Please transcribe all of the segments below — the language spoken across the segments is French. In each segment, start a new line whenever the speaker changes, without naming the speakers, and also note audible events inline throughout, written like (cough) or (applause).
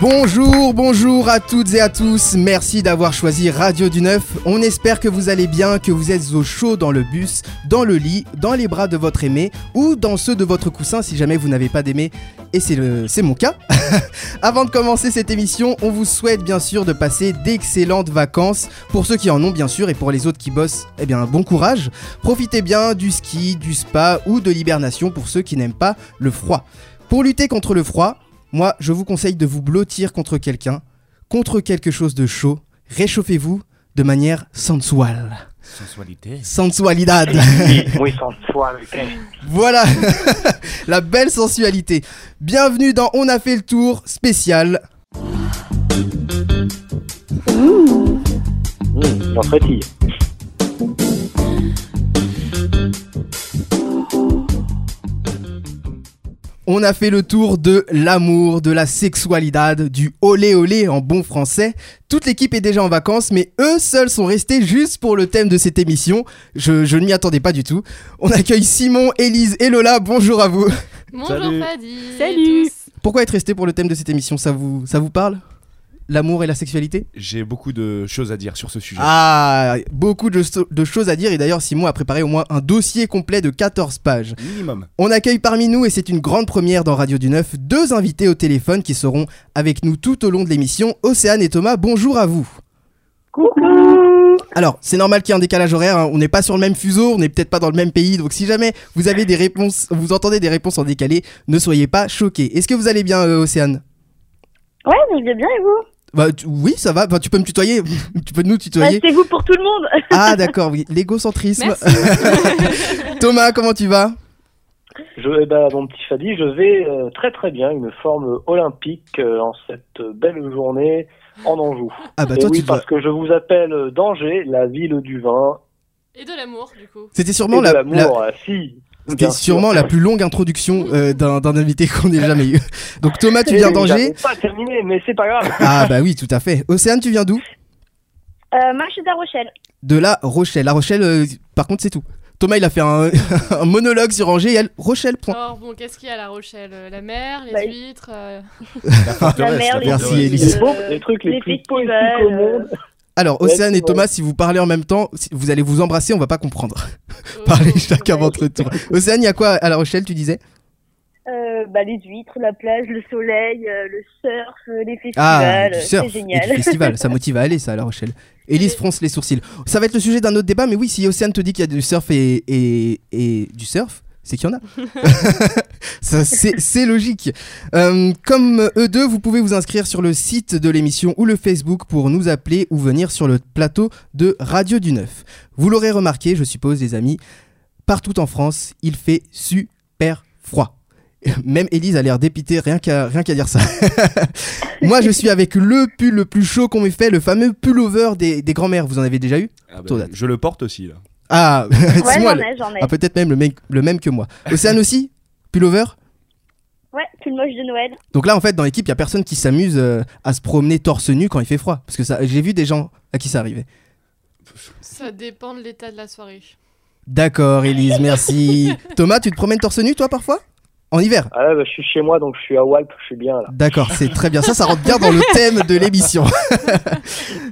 Bonjour, bonjour à toutes et à tous. Merci d'avoir choisi Radio du Neuf. On espère que vous allez bien, que vous êtes au chaud dans le bus, dans le lit, dans les bras de votre aimé ou dans ceux de votre coussin si jamais vous n'avez pas d'aimé. Et c'est le, c'est mon cas. (laughs) Avant de commencer cette émission, on vous souhaite bien sûr de passer d'excellentes vacances pour ceux qui en ont bien sûr et pour les autres qui bossent. Eh bien, bon courage. Profitez bien du ski, du spa ou de l'hibernation pour ceux qui n'aiment pas le froid. Pour lutter contre le froid, moi, je vous conseille de vous blottir contre quelqu'un, contre quelque chose de chaud. Réchauffez-vous de manière sensuelle.
Sensualité.
Sensualidad.
Oui, sensualité.
voilà, (laughs) la belle sensualité. Bienvenue dans On a fait le tour spécial.
Mmh, on frétille.
On a fait le tour de l'amour, de la sexualidad, du olé olé en bon français. Toute l'équipe est déjà en vacances, mais eux seuls sont restés juste pour le thème de cette émission. Je, je ne m'y attendais pas du tout. On accueille Simon, Élise et Lola. Bonjour à vous.
Bonjour
Salut.
Fadi.
Salut.
Pourquoi être resté pour le thème de cette émission Ça vous, ça vous parle L'amour et la sexualité
J'ai beaucoup de choses à dire sur ce sujet.
Ah, beaucoup de, so- de choses à dire. Et d'ailleurs, Simon a préparé au moins un dossier complet de 14 pages.
(laughs) Minimum.
On accueille parmi nous, et c'est une grande première dans Radio du Neuf, deux invités au téléphone qui seront avec nous tout au long de l'émission. Océane et Thomas, bonjour à vous. Coucou Alors, c'est normal qu'il y ait un décalage horaire, hein. on n'est pas sur le même fuseau, on n'est peut-être pas dans le même pays, donc si jamais vous avez des réponses, vous entendez des réponses en décalé, ne soyez pas choqués. Est-ce que vous allez bien, euh, Océane
Ouais, mais je vais bien et vous
bah, tu- Oui, ça va, Bah, tu peux me tutoyer, (laughs) tu peux nous
bah, (laughs)
tutoyer.
C'est vous pour tout le monde
Ah d'accord, oui, l'égocentrisme.
Merci.
(laughs) Thomas, comment tu vas
Je, eh ben, mon petit Fadi, je vais euh, très très bien, une forme olympique euh, en cette belle journée en Anjou.
Ah bah
Et
toi
oui,
tu vas...
parce que je vous appelle euh, d'Angers, la ville du vin
Et de l'amour, du coup.
C'était
et
sûrement
de
la- la,
l'amour, ah, si.
C'était
bien sûr.
sûrement la plus longue introduction euh, d'un d'un invité (laughs) qu'on ait jamais eu. Donc Thomas, tu
Eh
viens
oui,
d'Angers
j'avais pas terminé, mais c'est pas grave.
Ah bah oui, tout à fait. Océane, tu viens d'où
euh, Marché de la Rochelle.
De La Rochelle. La Rochelle, euh, par contre, c'est tout. Thomas, il a fait un, (laughs) un monologue sur Angers et elle, Rochelle, point.
Alors bon, qu'est-ce qu'il y a à La Rochelle Euh, La mer, les
Bah,
huîtres.
(laughs)
euh,
La forteresse,
mer, les-
forteresse.
Merci,
Euh,
Élise.
Les beaux- les trucs les,
les
plus poétiques
festivals,
au monde.
Alors,
ouais,
Océane
c'est
et
vrai.
Thomas, si vous parlez en même temps, si- vous allez vous embrasser, on va pas comprendre. (laughs)
euh,
Parlez chacun
ouais.
votre tour. Océane, il y a quoi à La Rochelle, tu disais
Euh, bah, les huîtres, la plage, le soleil, euh, le surf, euh, les
Ah,
festivals,
du
euh,
surf et
c'est
du
génial.
festival. Ça motive à aller, ça, à La Rochelle. Élise fronce les sourcils. Ça va être le sujet d'un autre débat, mais oui, si Océane te dit qu'il y a du surf et, et, et du surf, c'est qu'il y en a. Ça, c'est c'est logique. Euh, comme eux deux, vous pouvez vous inscrire sur le site de l'émission ou le Facebook pour nous appeler ou venir sur le plateau de Radio du Neuf. Vous l'aurez remarqué, je suppose, les amis, partout en France, il fait super froid. Même Élise a l'air dépitée rien qu'à rien qu'à dire ça. Moi, je suis avec le pull le plus chaud qu'on m'ait fait, le fameux pullover des, des grands-mères. Vous en avez déjà eu
Ah bah,
Todate.
je le porte aussi là.
Ah, (laughs)
ouais,
c'est moi.
j'en
le-
ai, j'en ai.
Ah, peut-être même le, mec- le même que moi. Océane aussi Pullover
Ouais, tout le moche de Noël.
Donc là, en fait, dans l'équipe, il y a personne qui s'amuse euh, à se promener torse nu quand il fait froid. Parce que ça, j'ai vu des gens à qui ça arrivait.
Ça dépend de l'état de la soirée.
D'accord, Élise,
(laughs)
merci. Thomas, tu te promènes torse nu, toi, parfois En hiver
Ah là, bah, je suis chez moi, donc je suis à Walp, je suis bien là.
D'accord, c'est très bien. Ça, ça rentre bien dans le thème de l'émission. (laughs)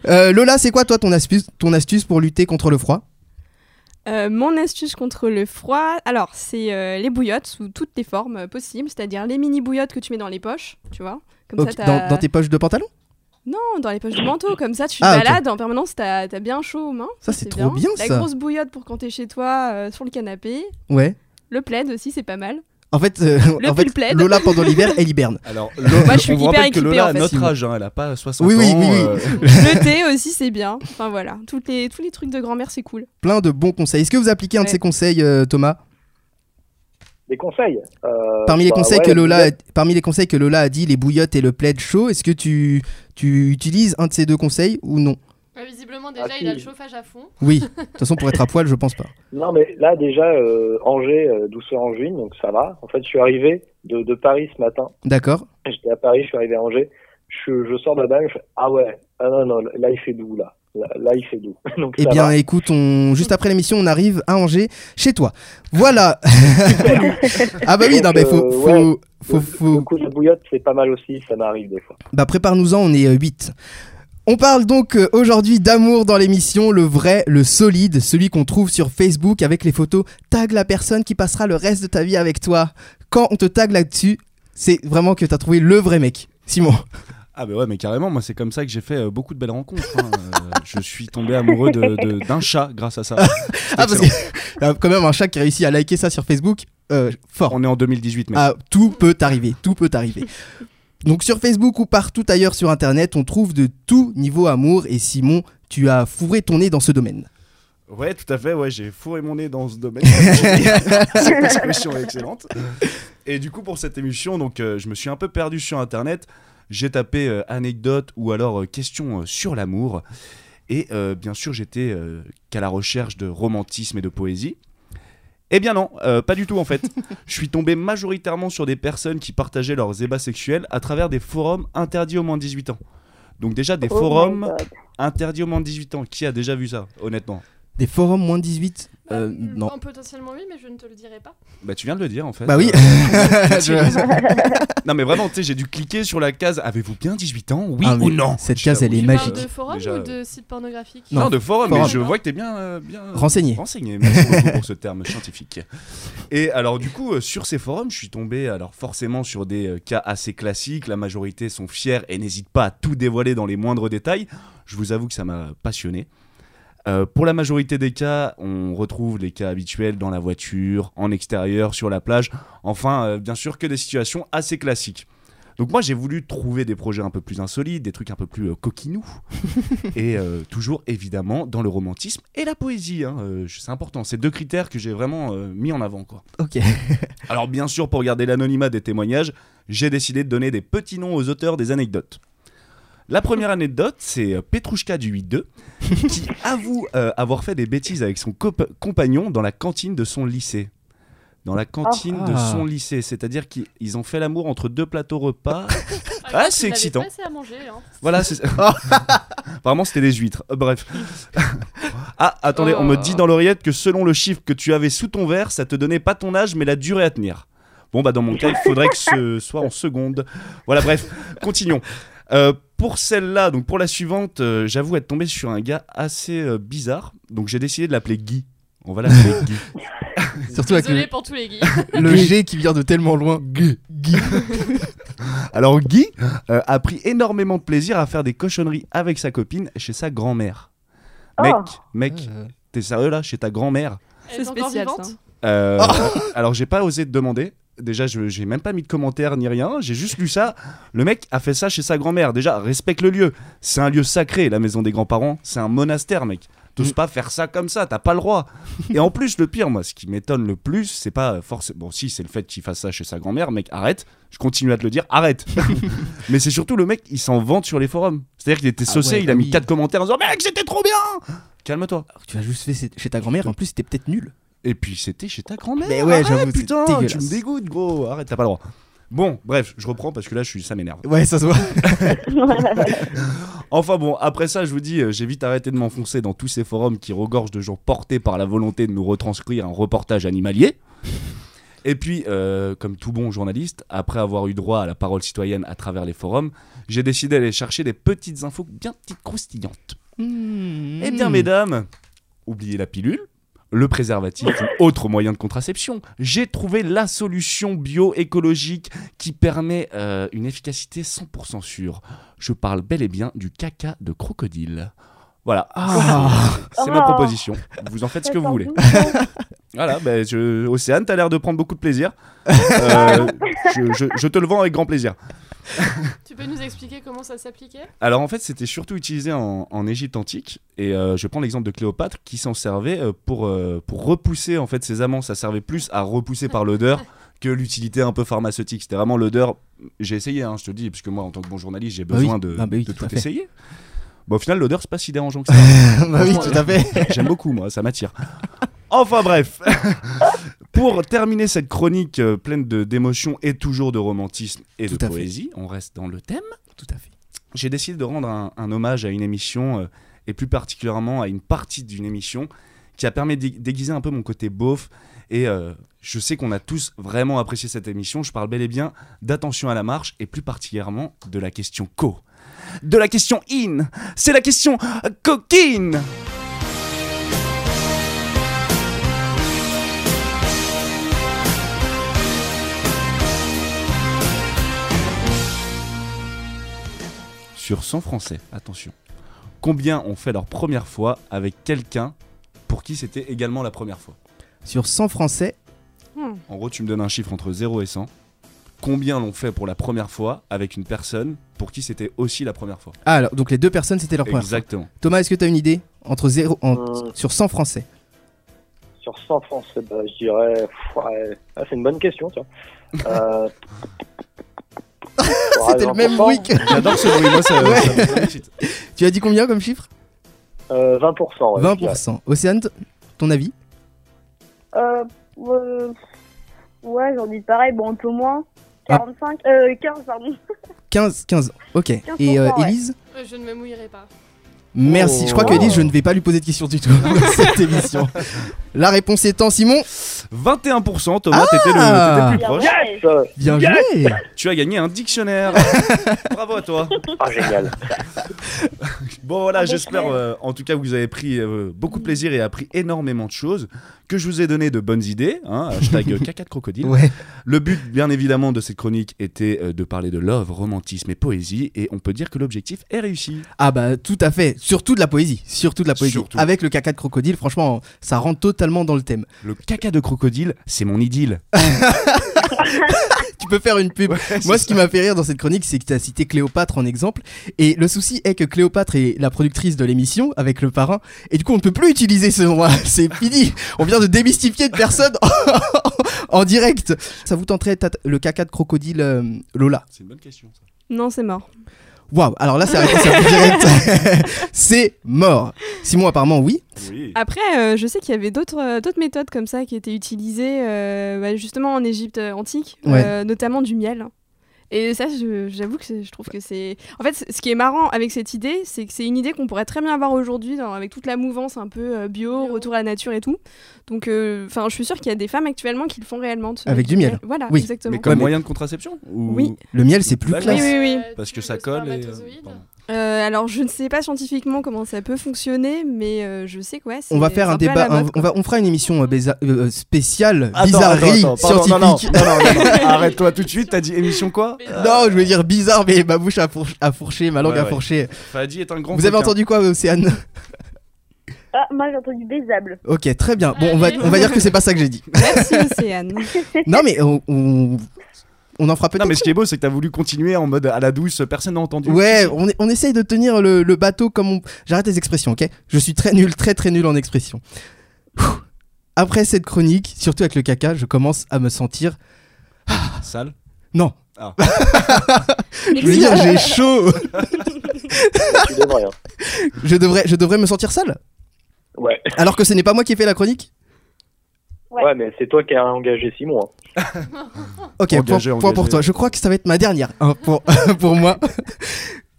Euh, Lola, c'est quoi, toi, ton astuce, ton astuce pour lutter contre le froid
Euh, mon astuce contre le froid, alors c'est euh, les bouillottes sous toutes les formes euh, possibles, c'est-à-dire les mini bouillottes que tu mets dans les poches, tu vois. Comme
Ok,
ça, t'as-
dans, dans tes poches de pantalon
Non, dans les poches du manteau, comme ça tu te
Ah, ok.
balades en permanence, t'as t'as bien chaud aux mains.
Ça, c'est trop bien,
La
ça.
grosse bouillotte pour quand t'es chez toi, euh, sur le canapé.
Ouais.
Le plaid aussi, c'est
(laughs)
pas mal.
En fait, euh, en fait,
pull plaid.
Lola, pendant l'hiver, elle hiberne.
(laughs) Alors,
Moi, je suis
on vous
hyper
rappelle que
équipée,
Lola
en
a
fait,
notre
Simon.
âge, hein, elle a pas 60
Oui, oui,
ans. euh.
oui, oui.
le thé aussi, c'est bien. Enfin voilà, toutes les, tous les trucs de grand-mère, c'est cool.
Plein de bons conseils. Est-ce que vous appliquez un de
Ouais.
ces conseils, euh, Thomas
Des conseils. euh,
Parmi les
bah,
conseils
ouais,
que
la
Lola, a, parmi les conseils que Lola a dit, les bouillottes et le plaid chaud, est-ce que tu, tu utilises un de ces deux conseils ou non
Ah, visiblement, déjà,
Ah,
il a
si.
le chauffage à fond.
Oui. De toute façon, pour être à poil, je pense pas.
Non, mais là, déjà, euh, Angers, euh, douceur en juin, donc ça va. En fait, je suis arrivé de, de Paris ce matin.
D'accord.
J'étais à Paris, je suis arrivé à Angers. Je, je sors de la balle, je fais Ah ouais, ah non, non, là, il fait doux, là. Là, là, il fait doux. (laughs) Donc,
Eh
ça
bien,
va.
écoute, on... juste après l'émission, on arrive à Angers, chez toi. Voilà. (laughs) ah bah oui, non, mais faut,
Euh,
faut,
ouais.
faut,
Le-
faut-
le coup de la bouillotte, c'est pas mal aussi, ça m'arrive des fois.
Bah prépare-nous-en, on est 8. On parle donc euh, aujourd'hui d'amour dans l'émission, le vrai, le solide, celui qu'on trouve sur Facebook avec les photos. Tag la personne qui passera le reste de ta vie avec toi. Quand on te tag là-dessus, c'est vraiment que t'as trouvé le vrai mec. Simon.
(laughs) Ah bah ouais, mais carrément, moi c'est comme ça que j'ai fait euh, beaucoup de belles rencontres. hein. Euh, je suis tombé amoureux de- de- d'un chat grâce (laughs) à ça.
Ah parce que (laughs) t'as quand même un chat qui réussit à liker ça sur Facebook, euh, fort.
On est en 2018, mais
Ah, tout peut arriver, tout peut arriver. Donc sur Facebook ou partout ailleurs sur Internet, on trouve de tout niveau amour et Simon, tu as fourré ton nez dans ce domaine.
Ouais, tout à fait, ouais, j'ai fourré mon nez dans ce domaine. (laughs) Cette expression est excellente. Et du coup, pour cette émission, donc, euh, je me suis un peu perdu sur Internet. J'ai tapé euh, anecdote ou alors euh, question euh, sur l'amour. Et euh, bien sûr, j'étais euh, qu'à la recherche de romantisme et de poésie. Eh bien non, euh, pas du tout en fait. Je suis tombé majoritairement sur des personnes qui partageaient leurs ébats sexuels à travers des forums interdits aux moins de 18 ans. Donc déjà des
Oh my
forums
(laughs)
God.
interdits aux moins de 18 ans. Qui a déjà vu ça, honnêtement
Des forums moins 18 euh,
Bah,
Non.
bon, potentiellement oui, mais je ne te le dirai pas.
Bah tu viens de le dire en fait. Euh,
Bah oui. (laughs)
(laughs) non mais vraiment, tu sais, j'ai dû cliquer sur la case Avez-vous bien 18 ans Oui
Ah, mais
ou non
cette
Je
case, elle
t'avoue,
est
Tu
j'ai
magique.
parles
pas-
de forum
déjà,
ou de site pornographique
Non, de forum, mais
Forum.
je vois que t'es bien, euh, bien
Renseigné.
renseigné. Merci beaucoup pour ce terme scientifique. Et alors du coup, euh, sur ces forums, je suis tombé alors forcément sur des euh, cas assez classiques. La majorité sont fiers et n'hésitent pas à tout dévoiler dans les moindres détails. Je vous avoue que ça m'a passionné. Euh, pour la majorité des cas, on retrouve les cas habituels dans la voiture, en extérieur, sur la plage. Enfin, euh, bien sûr que des situations assez classiques. Donc moi, j'ai voulu trouver des projets un peu plus insolites, des trucs un peu plus euh, coquinous. et euh, toujours, évidemment, dans le romantisme et la poésie. hein. Euh, c'est important. C'est deux critères que j'ai vraiment euh, mis en avant. Quoi.
Ok.
(laughs) Alors bien sûr, pour garder l'anonymat des témoignages, j'ai décidé de donner des petits noms aux auteurs des anecdotes. La première anecdote, c'est euh, Petrouchka du 8-2, qui avoue euh, avoir fait des bêtises avec son cop- compagnon dans la cantine de son lycée. Dans la cantine de
Ah.
son lycée, c'est-à-dire qu'ils ils ont fait l'amour entre deux plateaux repas.
Ah,
c'est excitant.
C'est à manger. Hein.
voilà, c'est Apparemment, c'était des huîtres. Euh, bref. ah, attendez, on me dit dans l'oreillette que selon le chiffre que tu avais sous ton verre, ça te donnait pas ton âge, mais la durée à tenir. Bon, bah, dans mon cas, il faudrait que ce soit en seconde. Voilà, bref, continuons. Euh, pour celle-là, donc pour la suivante, euh, j'avoue être tombé sur un gars assez euh, bizarre. Donc, j'ai décidé de l'appeler Guy. On va l'appeler Guy.
Surtout avec
Désolé
le,
pour tous
(laughs)
les guillemets.
le G qui vient de tellement loin. Guy.
Alors Guy euh, a pris énormément de plaisir à faire des cochonneries avec sa copine chez sa grand-mère. Mec,
Oh.
mec, t'es sérieux là Chez ta grand-mère
Elle est encore
spécial,
vivante
ça.
Euh,
Ah. (laughs)
Alors j'ai pas osé te demander. Déjà, je j'ai même pas mis de commentaire ni rien. J'ai juste lu ça. Le mec a fait ça chez sa grand-mère. Déjà, respecte le lieu. C'est un lieu sacré, la maison des grands-parents. C'est un monastère, mec.
Mm.
T'oses pas faire ça comme ça, t'as pas le droit. Et en plus, le pire, moi, ce qui m'étonne le plus, c'est pas forcément. Bon, si, c'est le fait qu'il fasse ça chez sa grand-mère, mec, arrête. Je continue à te le dire,
(laughs)
arrête. Mais c'est surtout le mec, il s'en vante sur les forums. C'est-à-dire qu'il était
Ah
saucé,
ouais,
il a
oui.
mis quatre commentaires en disant Mec, c'était trop bien Calme-toi.
Alors, tu as juste fait chez- chez ta grand-mère, en plus c'était peut-être nul.
Et puis c'était chez ta grand-mère.
Mais ouais,
Eh, Arrête,
j'avoue, c'est
putain, tu
dégueulasse.
me dégoûtes, gros. Arrête, t'as pas le droit. Bon, bref, je reprends parce que là, je suis, ça m'énerve.
Ouais, ça se voit.
Enfin bon, après ça, je vous dis, euh, j'ai vite arrêté de m'enfoncer dans tous ces forums qui regorgent de gens portés par la volonté de nous retranscrire un reportage animalier. Et puis, euh, comme tout bon journaliste, après avoir eu droit à la parole citoyenne à travers les forums, j'ai décidé d'aller chercher des petites infos bien petites croustillantes. Eh
Hmm.
bien, mesdames, oubliez la pilule, le préservatif ou autre moyen de contraception. J'ai trouvé la solution bio-écologique qui permet euh, une efficacité 100% sûre. Je parle bel et bien du caca de crocodile. Voilà,
Ah.
c'est ma
Ah.
proposition. Vous en faites ce que vous voulez. Voilà, ben, je- Océane, t'as l'air de prendre beaucoup de plaisir. Euh, je, je- je te le vends avec grand plaisir.
Tu peux nous expliquer comment ça s'appliquait
Alors en fait, c'était surtout utilisé en, en Égypte antique. Et euh, je prends l'exemple de Cléopâtre qui s'en servait euh, pour, euh, pour repousser en fait ses amants. Ça servait plus à repousser par
(laughs)
l'odeur que l'utilité un peu pharmaceutique. C'était vraiment l'odeur. J'ai essayé, hein, je te le dis, parce que moi, en tant que bon journaliste, j'ai
Bah oui.
besoin de,
Ah bah oui,
de
tout à
tout,
fait.
essayer. Bon, au final, l'odeur, c'est pas si dérangeant
(laughs)
que ça.
(laughs) bah oui, tout à fait.
J'aime beaucoup, moi, ça m'attire. Enfin bref, (laughs) pour terminer cette chronique euh, pleine de- d'émotions et toujours de romantisme et
Tout
de
à fait.
poésie, on reste dans le thème
Tout à fait.
j'ai décidé de rendre un, un hommage à une émission euh, et plus particulièrement à une partie d'une émission qui a permis de dé- déguiser un peu mon côté beauf. Et euh, je sais qu'on a tous vraiment apprécié cette émission. Je parle bel et bien d'attention à la marche et plus particulièrement de la question co. De la question in, c'est la question euh, coquine. Sur 100 Français, attention. Combien ont fait leur première fois avec quelqu'un pour qui c'était également la première fois
Sur 100 Français,
En gros, tu me donnes un chiffre entre 0 et 100. Combien l'ont fait pour la première fois avec une personne pour qui c'était aussi la première fois
ah, alors, donc les deux personnes, c'était leur première fois.
Exactement.
Thomas, est-ce que tu as une idée entre 0
Euh.
sur 100 Français
Sur 100 français, bah, je dirais. pff, ouais. Ah, c'est une bonne
(laughs)
question, tiens. Euh...
C'était le même bruit que...
J'adore ce bruit, moi ça,
Ouais.
ça me
(laughs)
sollicite.
Tu as dit combien comme chiffre
Euh, 20%. ouais, je dirais.
20%. Océane, t- ton avis
Euh, euh, ouais, j'en dis pareil, bon, un peu moins.
Ah.
45, euh, 15, pardon.
15, 15. Ok.
15%,
Et euh,
ouais.
Élise
Euh, Je ne me mouillerai pas.
Merci. Je crois que
Oh.
Élise, je ne vais pas lui poser de questions du tout (laughs) dans cette émission. La réponse étant Simon,
21%,
Ah
Thomas, t'étais le t'étais plus
Bien
proche.
vrai.
Euh,
bien joué.
Tu as gagné un
(laughs)
dictionnaire. Bravo à toi.
Ah, génial.
Bon voilà,
Ah, bah,
j'espère
super.
euh, en tout cas que vous avez pris euh, beaucoup de plaisir et appris énormément de choses, que je vous ai donné de bonnes idées, (laughs) hein, hashtag euh, caca de crocodile.
Ouais.
Le but bien évidemment de cette chronique était euh, de parler de love, romantisme et poésie et on peut dire que l'objectif est réussi.
Ah bah tout à fait. Surtout de la poésie. Surtout de la poésie.
Surtout.
Avec le caca de crocodile, franchement, ça rentre totalement dans le thème.
Le caca de crocodile, c'est mon (laughs) idylle.
Tu peux faire une pub. Moi, ce qui m'a fait rire dans cette chronique, c'est que tu as cité Cléopâtre en exemple. Et le souci est que Cléopâtre est la productrice de l'émission avec le parrain. Et du coup, on ne peut plus utiliser ce nom-là. (laughs) C'est fini. On vient de démystifier une personne (laughs) en direct. Ça vous tenterait tata- le caca de crocodile euh, Lola
C'est une bonne question ça.
Non, c'est mort.
Waouh. Alors là, c'est la réponse la plus directe. (laughs) c'est mort. Simon, apparemment, oui.
Oui.
Ah,
Après, euh, je sais qu'il y avait d'autres euh, d'autres méthodes comme ça qui étaient utilisées euh, bah, justement en Égypte antique,
Ouais.
euh, notamment du miel. Et ça, je- j'avoue que c'est- je trouve que c'est. En fait, ce qui est marrant avec cette idée, c'est que c'est une idée qu'on pourrait très bien avoir aujourd'hui, dans- avec toute la mouvance un peu euh, bio,
Bio.
retour à la nature et tout. Donc, euh, enfin, je suis sûre qu'il y a des femmes actuellement qui le font réellement. de se
Avec
mettre
du miel.
Voilà,
Oui,
exactement.
Mais comme
Ouais, mais-
moyen de contraception ou-
Oui.
Le miel, c'est plus
Bah,
classe.
oui, oui, oui.
Euh,
Parce que
tu-
ça
le
colle et euh,
spermatozoïde.
pardon.
Euh, alors, je ne sais pas scientifiquement comment ça peut fonctionner, mais euh, je sais que ouais.
On va
c'est-
faire
c'est
un
peu à la
débat, un-
mode,
on,
quoi.
va, on fera une émission euh, béza- euh, spéciale
Attends,
bizarrerie
attends, attends, pardon, non, non,
scientifique. (laughs)
non, non, non, non, Arrête-toi tout de suite, t'as dit émission quoi
Mais-
Euh, Non, je voulais dire bizarre, mais ma bouche a, fourch- a fourché, ma langue
Ouais,
a
ouais.
fourché.
Fadi est un grand
Vous avez
coquin.
entendu quoi, Océane
Ah, moi j'ai entendu baisable.
Ok, très bien. Bon, on va, on va dire que c'est pas ça que j'ai dit.
Merci, Océane.
Non, mais on, on, on en fera
Non, mais
peut-être.
ce qui est beau, c'est que t'as voulu continuer en mode à la douce, personne n'a entendu.
Ouais, on, est- on essaye de tenir le, le bateau comme on. J'arrête les expressions, ok Je suis très nul, très très nul en expression. Après cette chronique, surtout avec le caca, je commence à me sentir.
Sale.
Non.
Ah.
(laughs) je veux dire, j'ai chaud.
Tu devrais. Hein.
Je devrais, je devrais me sentir sale.
Ouais.
Alors que ce n'est pas moi qui ai fait la chronique.
Ouais.
ouais. mais c'est toi qui as engagé Simon. hein.
Ok,
Engagé,
point, point pour
engagé.
toi. Je crois que ça va être ma dernière hein, pour, (laughs) pour moi.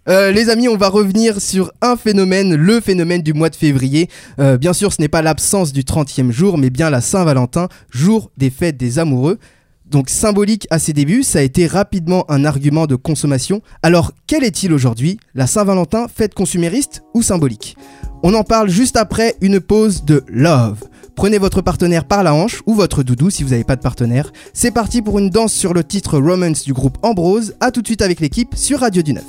Euh, les amis, on va revenir sur un phénomène, le phénomène du mois de février. Euh, bien sûr, ce n'est pas l'absence du 30e jour, mais bien la Saint-Valentin, jour des fêtes des amoureux. Donc symbolique à ses débuts, ça a été rapidement un argument de consommation. Alors, quel est-il aujourd'hui La Saint-Valentin, fête consumériste ou symbolique On en parle juste après une pause de Love. Prenez votre partenaire par la hanche ou votre doudou si vous n'avez pas de partenaire. C'est parti pour une danse sur le titre Romance du groupe Ambrose. A tout de suite avec l'équipe sur Radio du 9.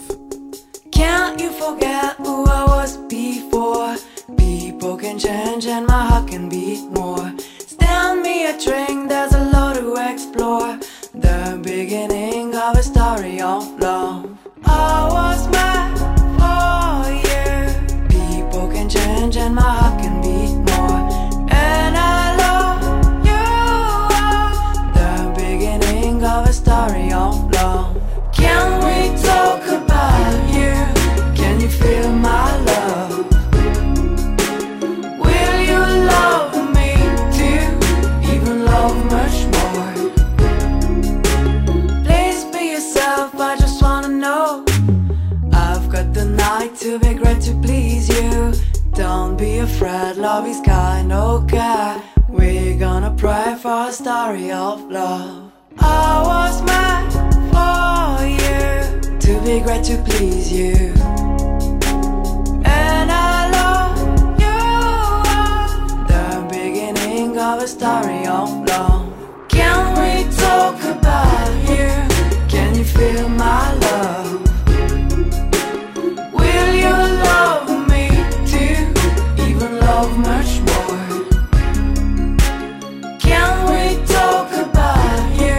Can't you forget who I was before? People can change and my heart can beat more. Stand me a drink, there's a lot to explore. The beginning of a story of love. I was mad for you. People can change and my heart can beat more. And I love you. The beginning of a story of love. Can we talk about you? Can you feel my love? Will you love me too? Even love much more. Please be yourself, I just wanna know. I've got the night to be great to please you. Don't be afraid, love is kind, okay. We're gonna pray for a story of love. I was meant for you to be great to please you. And I love you. The beginning of a story of love. Can we talk about you? Can you feel my love? Will you love me too? Even love much more? Can we talk about you?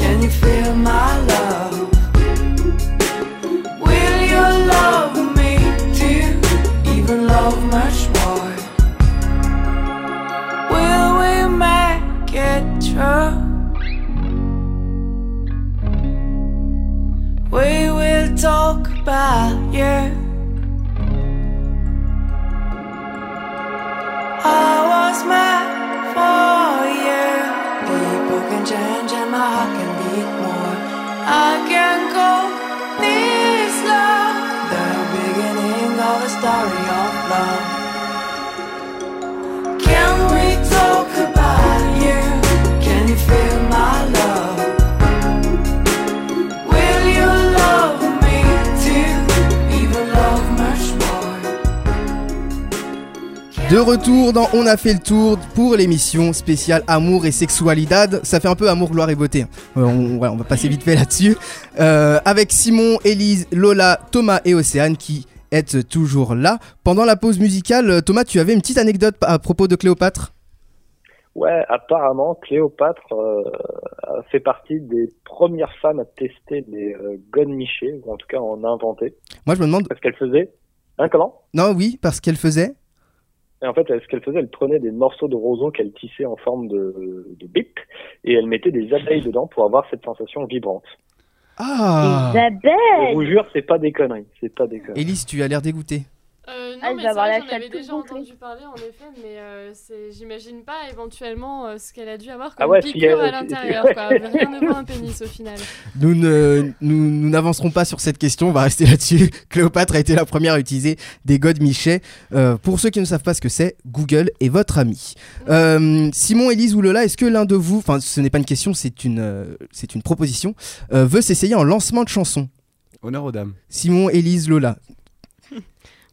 Can you feel my love? Will you love me too? Even love much more? Will we make it true? We will talk about you. I was meant for you. People can change and my heart can beat more. I can call this love the beginning of a story of love. Can we talk about you? Can you feel my love? Will you love me too? Even love much more.
De retour dans On a fait le tour pour l'émission spéciale Amour et Sexualidad. Ça fait un peu Amour, Gloire et Beauté. Euh, on, voilà, on va passer vite fait là-dessus. Euh, avec Simon, Élise, Lola, Thomas et Océane qui êtes toujours là. Pendant la pause musicale, euh, Thomas, tu avais une petite anecdote à propos de Cléopâtre
Ouais, apparemment, Cléopâtre euh, a fait partie des premières femmes à tester des euh, gones michés, ou en tout cas à en inventer.
Moi, je me demande.
Parce qu'elle faisait. Hein, comment
Non, oui, parce qu'elle faisait.
Et en fait, elle- ce qu'elle faisait, elle prenait des morceaux de roseau qu'elle tissait en forme de, de bip, et elle mettait des abeilles dedans pour avoir cette sensation vibrante.
Ah
Je vous
Isabelle
jure, c'est pas des conneries, c'est pas des conneries.
Élise, tu as l'air dégoûtée.
Euh, non,
Ah,
mais
je vais
c'est
avoir
vrai,
la
j'en avais
chatte toute
déjà
gonflée.
entendu parler, en effet, mais euh, c'est- j'imagine pas éventuellement euh, ce qu'elle a dû avoir
Ah
comme
ouais, si
piqûre
(laughs) elle-
à l'intérieur. quoi. Rien ne voit un pénis
(laughs)
au final.
Nous ne, nous, nous n'avancerons pas sur cette question, on va rester (laughs) là-dessus. Cléopâtre a été la première à utiliser des godes Michet. Euh, pour ceux qui ne savent pas ce que c'est, Google est votre ami. Euh, Simon, Élise ou Lola, est-ce que l'un de vous, enfin ce n'est pas une question, c'est une, euh, c'est une proposition, euh, veut s'essayer en lancement de chanson
Honneur aux dames.
Simon, Élise, Lola.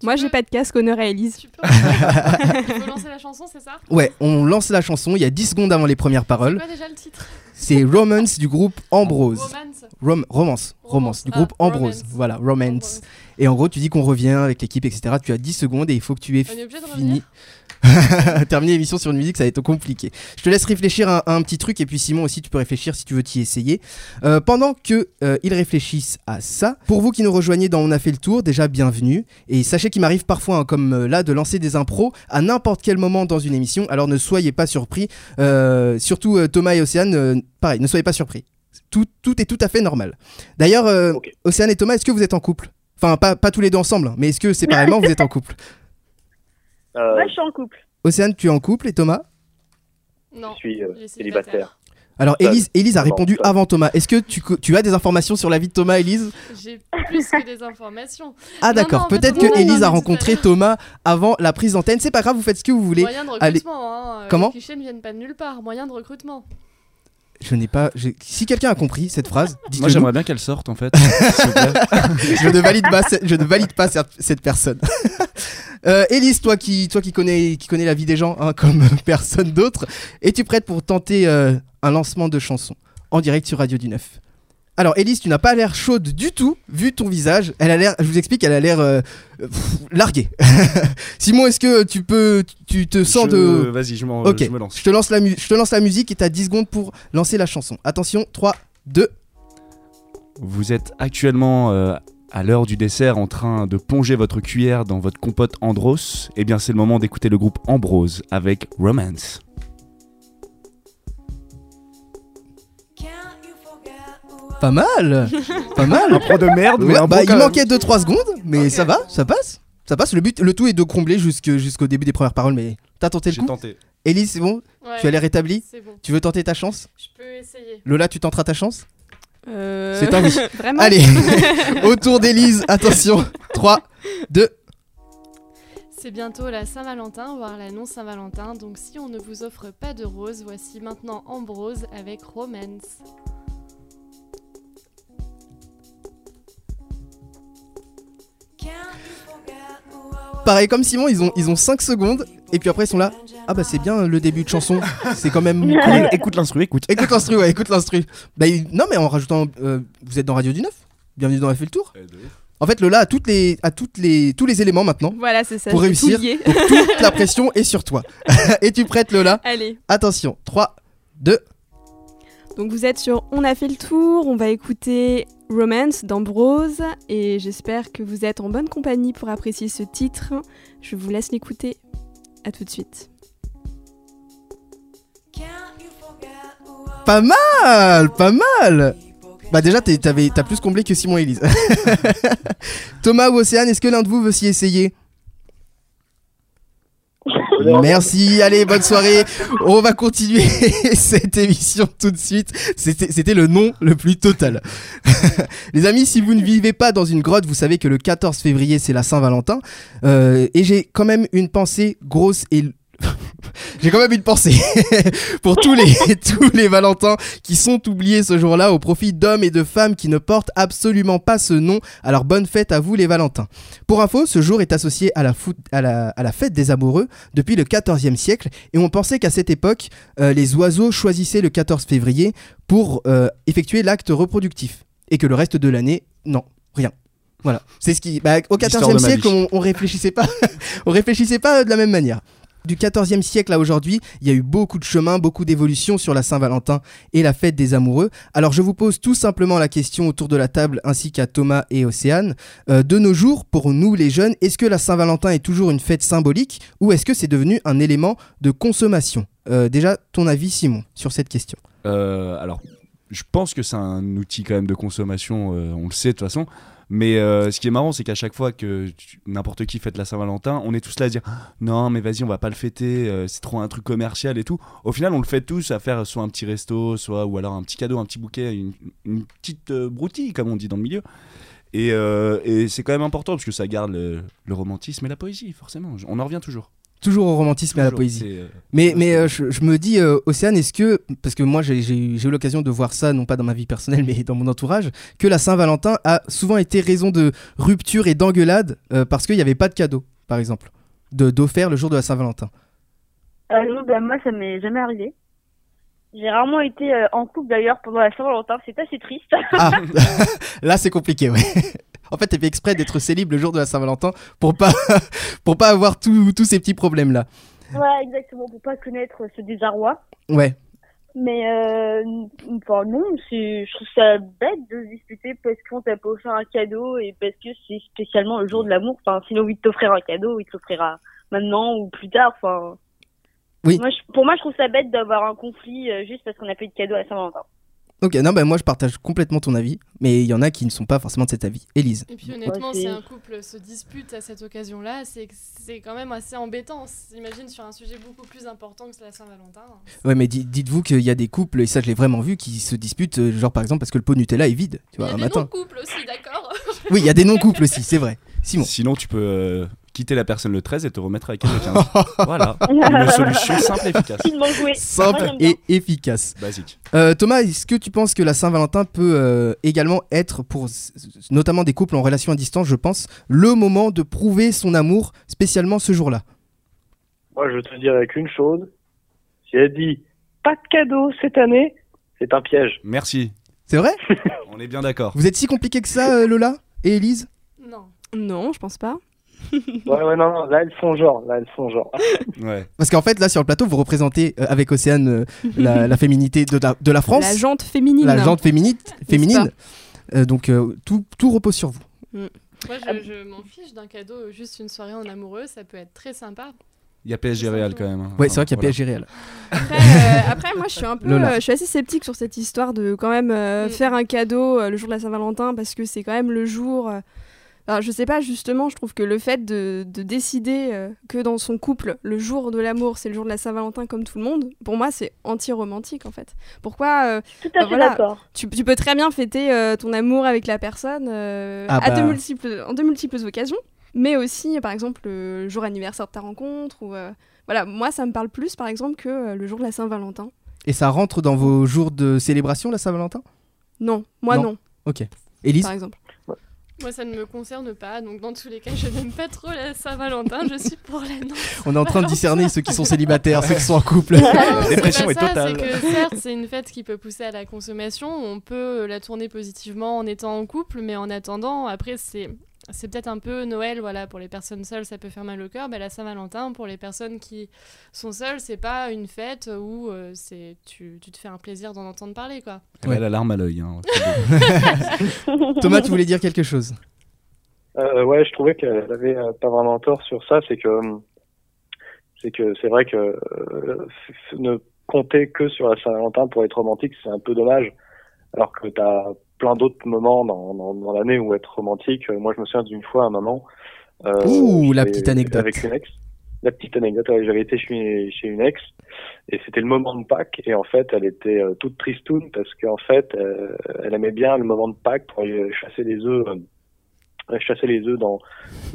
Moi, j'ai pas de casque, honneur à Elise.
Tu peux Il faut lancer la chanson, c'est ça
Ouais, on lance la chanson, il y a 10 secondes avant les premières
C'est
paroles.
quoi déjà le titre
C'est Romance du groupe Ambrose.
Romance.
Rom- romance, romance, du
Ah,
groupe Ambrose.
Romance.
Voilà, romance. Et en gros, tu dis qu'on revient avec l'équipe, etc. Tu as 10 secondes et il faut que tu aies
On est obligé de
fini. (laughs) Terminer l'émission sur une musique, ça va être compliqué. Je te laisse réfléchir à, à un petit truc et puis Simon aussi, tu peux réfléchir si tu veux t'y essayer. Euh, pendant que euh, ils réfléchissent à ça, pour vous qui nous rejoignez dans On a fait le tour, déjà bienvenue. Et sachez qu'il m'arrive parfois, hein, comme euh, là, de lancer des impros à n'importe quel moment dans une émission. Alors ne soyez pas surpris. Euh, surtout euh, Thomas et Océane, euh, pareil, ne soyez pas surpris. Tout, tout est tout à fait normal. D'ailleurs, euh,
Ok.
Océane et Thomas, est-ce que vous êtes en couple Enfin, pas, pas tous les deux ensemble, hein, mais est-ce que séparément vous êtes en couple
Euh,
Moi, je suis en couple.
Océane, tu es en couple et Thomas
je
Non.
suis euh,
il est
célibataire.
Alors,
Tom.
Élise, Élise a
Comment
répondu
Tom
avant Thomas. Est-ce que tu, co- tu as des informations sur la vie de Thomas, Élise
J'ai plus que des informations.
Ah,
Non, non,
d'accord.
en fait,
Peut-être
on
que
en a
Élise
parlé
a
tout à
rencontré
l'heure.
Thomas avant la prise d'antenne. C'est pas grave, vous faites ce que vous voulez.
Moyen de
allez-
recrutement. Hein.
Comment
Les clichés ne viennent pas de nulle part. Moyen de recrutement.
Je n'ai pas. je- Si quelqu'un a compris cette phrase,
Moi,
dites-le. nous.
j'aimerais bien qu'elle sorte, en fait. s'il vous plaît.
je ne valide pas. ce- Je ne valide pas cette, cette personne. (laughs) Euh, Élise, toi qui, toi qui connais, qui connais la vie des gens hein, comme (laughs) personne d'autre, es-tu prête pour tenter euh, un lancement de chanson en direct sur Radio du 9 alors Élise, tu n'as pas l'air chaude du tout, vu ton visage. Elle a l'air, je vous explique, elle a l'air euh, euh, pff, larguée. (laughs) Simon, est-ce que tu peux, (laughs) tu te sens
Je-
de,
Vas-y, je, m'en-
Ok.
je me lance.
je te lance la, mu- je te lance la musique et t'as 10 secondes pour lancer la chanson. Attention, 3, 2,
Vous êtes actuellement euh, à l'heure du dessert en train de plonger votre cuillère dans votre compote Andros. Eh bien, c'est le moment d'écouter le groupe Ambrose avec Romance.
pas mal, pas mal.
Pro de merde,
Ouais, bah, il manquait 2-3 secondes, mais ça va, ça passe. Ça passe, le but, le tout est de combler jusque- jusqu'au début des premières paroles, mais t'as tenté le
J'ai
coup.
tenté.
Élise, c'est bon
Ouais,
Tu as l'air rétablie
C'est bon.
Tu veux tenter ta chance
Je peux essayer.
Lola, tu tenteras ta chance
Euh,
C'est un oui.
(laughs)
(laughs)
Vraiment
Allez, autour d'Élise, attention 3, 2,
C'est bientôt la Saint-Valentin, voire la non-Saint-Valentin, donc si on ne vous offre pas de rose, voici maintenant Ambrose avec Romance.
Can't you forget who I was
Pareil comme Simon, ils ont, ils ont 5 secondes et puis après ils sont là. Ah bah c'est bien le début de chanson, c'est quand même
(laughs)
cool.
Écoute l'instru, écoute.
Écoute l'instru, ouais, écoute l'instru. Bah, il- non mais en rajoutant, euh, vous êtes dans Radio du 9 Bienvenue dans la fait le tour.
Eh, de ouf.
En fait Lola a toutes les, a toutes les, tous les éléments maintenant
Voilà, c'est ça.
pour
j'ai tout
réussir.
lié. (laughs)
Donc toute la pression est sur toi. (laughs) Es-tu prête Lola
Allez,
Attention, 3, 2,
donc vous êtes sur On a fait le tour, on va écouter Romance d'Ambrose et j'espère que vous êtes en bonne compagnie pour apprécier ce titre. Je vous laisse l'écouter. À tout de suite.
Can't you forget who I
pas mal, pas mal
was?
Bah déjà t'es- t'avais- t'as plus comblé que Simon et Elise. (laughs) Thomas ou Océane, est-ce que l'un de vous veut s'y essayer Merci, allez, bonne soirée. On va continuer (laughs) cette émission tout de suite. C'était c'était le non le plus total. (laughs) Les amis, si vous ne vivez pas dans une grotte, vous savez que le 14 février, c'est la Saint-Valentin. Euh, et j'ai quand même une pensée grosse et... (laughs) J'ai quand même une pensée (laughs) pour tous les, (laughs) tous les Valentins qui sont oubliés ce jour-là au profit d'hommes et de femmes qui ne portent absolument pas ce nom. Alors bonne fête à vous les Valentins. Pour info, ce jour est associé à la, fout- à la- à la fête des amoureux depuis le 14e siècle et on pensait qu'à cette époque, euh, les oiseaux choisissaient le 14 février pour euh, effectuer l'acte reproductif et que le reste de l'année, non, rien. Voilà, c'est ce qui. bah, au
L'histoire de
14e
ma
siècle,
vie.
on, on réfléchissait pas, (laughs) on réfléchissait pas euh, de la même manière. Du 14e siècle à aujourd'hui, il y a eu beaucoup de chemins, beaucoup d'évolutions sur la Saint-Valentin et la fête des amoureux. Alors je vous pose tout simplement la question autour de la table ainsi qu'à Thomas et Océane. Euh, de nos jours, pour nous les jeunes, est-ce que la Saint-Valentin est toujours une fête symbolique ou est-ce que c'est devenu un élément de consommation Euh, Déjà, ton avis, Simon, sur cette question.
Euh, alors, je pense que c'est un outil quand même de consommation, euh, on le sait de toute façon. Mais euh, ce qui est marrant, c'est qu'à chaque fois que tu- n'importe qui fête la Saint-Valentin, on est tous là à dire non, mais vas-y, on va pas le fêter, euh, c'est trop un truc commercial et tout. Au final, on le fait tous à faire soit un petit resto, soit ou alors un petit cadeau, un petit bouquet, une, une petite euh, broutille, comme on dit dans le milieu. Et, euh, et c'est quand même important parce que ça garde le, le romantisme et la poésie, forcément. On en revient toujours.
Toujours au romantisme et à la
Toujours.
poésie.
C'est, euh,
Mais,
Ouais,
mais
c'est
euh,
vrai.
je, je me dis, euh, Océane, est-ce que, parce que moi j'ai j'ai eu j'ai eu l'occasion de voir ça, non pas dans ma vie personnelle, (laughs) mais dans mon entourage, que la Saint-Valentin a souvent été raison de rupture et d'engueulade euh, parce qu'il n'y avait pas de cadeau, par exemple, de- d'offert le jour de la Saint-Valentin.
Euh, non, bah, moi, ça m'est jamais arrivé. J'ai rarement été euh, en couple d'ailleurs pendant la Saint-Valentin, c'est assez triste. (laughs)
Ah, (laughs) là c'est compliqué, ouais. En fait, t'es fait exprès d'être célib le jour de la Saint-Valentin pour pas, (laughs) pour pas avoir tous tous ces petits problèmes-là.
ouais, exactement, pour pas connaître euh, ce désarroi.
Ouais.
Mais euh, n- enfin, non, c'est- je trouve ça bête de se disputer parce qu'on t'a pas offert un cadeau et parce que c'est spécialement le jour de l'amour. Enfin, sinon, oui, t'offrir un cadeau, il t'offrira maintenant ou plus tard. Enfin,
Oui.
Moi, je- pour moi, je trouve ça bête d'avoir un conflit euh, juste parce qu'on n'a pas eu de cadeau à la Saint-Valentin.
Ok, non, bah moi je partage complètement ton avis, mais il y en a qui ne sont pas forcément de cet avis. Élise.
Et puis honnêtement,
c'est-
si un couple se dispute à cette occasion-là, c'est c'est quand même assez embêtant. J'imagine sur un sujet beaucoup plus important que la Saint-Valentin.
Ouais, mais di- dites-vous qu'il y a des couples, et ça je l'ai vraiment vu, qui se disputent, euh, genre par exemple parce que le pot Nutella est vide, tu
Il y
vois,
a
un
des
matin.
non-couples aussi, d'accord
Oui, il y a des non-couples aussi, c'est vrai. Simon.
Sinon, tu peux euh, quitter la personne le 13 et te remettre avec elle le
(laughs)
15. voilà. Une solution
(laughs)
simple et efficace.
Ils m'ont joué. Moi,
Simple
j'aime bien.
et efficace.
Basique.
Euh, Thomas, est-ce que tu penses que la Saint-Valentin peut euh, également être, pour s- s- notamment des couples en relation à distance, je pense, le moment de prouver son amour, spécialement ce jour-là
Moi, je te dirais qu'une chose. Si elle dit pas de cadeau cette année, c'est
(laughs)
un piège.
Merci.
C'est vrai
On est bien d'accord.
Vous êtes si compliqué que ça, euh, Lola et Elise
Non.
Non, je pense pas.
Ouais, ouais, non, non, là, elles font genre. Là, elles font genre.
Ouais.
Parce qu'en fait, là, sur le plateau, vous représentez euh, avec Océane
(laughs)
euh, la, la féminité de la, de la France,
La jante féminine.
la gente féminine. féminine.
N'est-ce
Euh, donc, euh, tout, tout repose sur vous.
Moi, je, je m'en fiche d'un cadeau, juste une soirée en amoureux, ça peut être très sympa.
Il y a PSG Real quand même. hein.
Ouais, c'est vrai qu'il y a
Voilà.
PSG réel.
Après, euh, après, moi, je suis un peu,
Lola.
euh, je suis assez sceptique sur cette histoire de quand même euh,
Mm.
faire un cadeau euh, le jour de la Saint-Valentin parce que c'est quand même le jour. euh, alors, je sais pas, justement, je trouve que le fait de, de décider euh, que dans son couple, le jour de l'amour, c'est le jour de la Saint-Valentin comme tout le monde, pour moi, c'est anti-romantique en fait. Pourquoi euh,
Tout à
Bah
fait
voilà.
d'accord. (laughs)
tu, tu peux très bien fêter euh, ton amour avec la personne euh,
Ah
à de
bah.
multiples, en de multiples occasions, mais aussi, par exemple, le jour anniversaire de ta rencontre. Ou, euh, voilà, moi, ça me parle plus, par exemple, que euh, le jour de la Saint-Valentin.
Et ça rentre dans vos jours de célébration, la Saint-Valentin
Non, moi
Non.
non,
Ok. Élise
par exemple.
Moi, ça ne me concerne pas, donc dans tous les cas, je n'aime pas trop la Saint-Valentin, je suis pour la non.
On est en train de discerner ceux qui sont célibataires, ceux qui sont en
(laughs)
couple.
Non,
La
Ah, c'est
dépression
pas
est
ça,
totale.
C'est que certes, c'est une fête qui peut pousser à la consommation. On peut euh, la tourner positivement en étant en couple, mais en attendant, après, c'est. C'est peut-être un peu Noël, voilà, pour les personnes seules, ça peut faire mal au cœur. Bah, la Saint-Valentin, pour les personnes qui sont seules, c'est pas une fête où euh, c'est tu, tu te fais un plaisir d'en entendre parler, quoi.
Elle a la larme à l'œil. hein.
Thomas, tu voulais dire quelque chose
Euh, ouais, je trouvais qu'elle avait euh, pas vraiment tort sur ça. C'est que euh, c'est que c'est vrai que euh, f- f- ne compter que sur la Saint-Valentin pour être romantique, c'est un peu dommage. Alors que t'as plein d'autres moments dans, dans, dans l'année où être romantique. Euh, Moi, je me souviens d'une fois, à un moment. Euh,
Ouh, la
j'étais
petite anecdote.
Avec une ex. La petite anecdote. ouais, J'avais été chez, chez une ex et c'était le moment de Pâques et en fait, elle était euh, toute tristoune parce qu'en fait, euh, elle aimait bien le moment de Pâques pour aller chasser les œufs. euh, euh, chasser les œufs dans,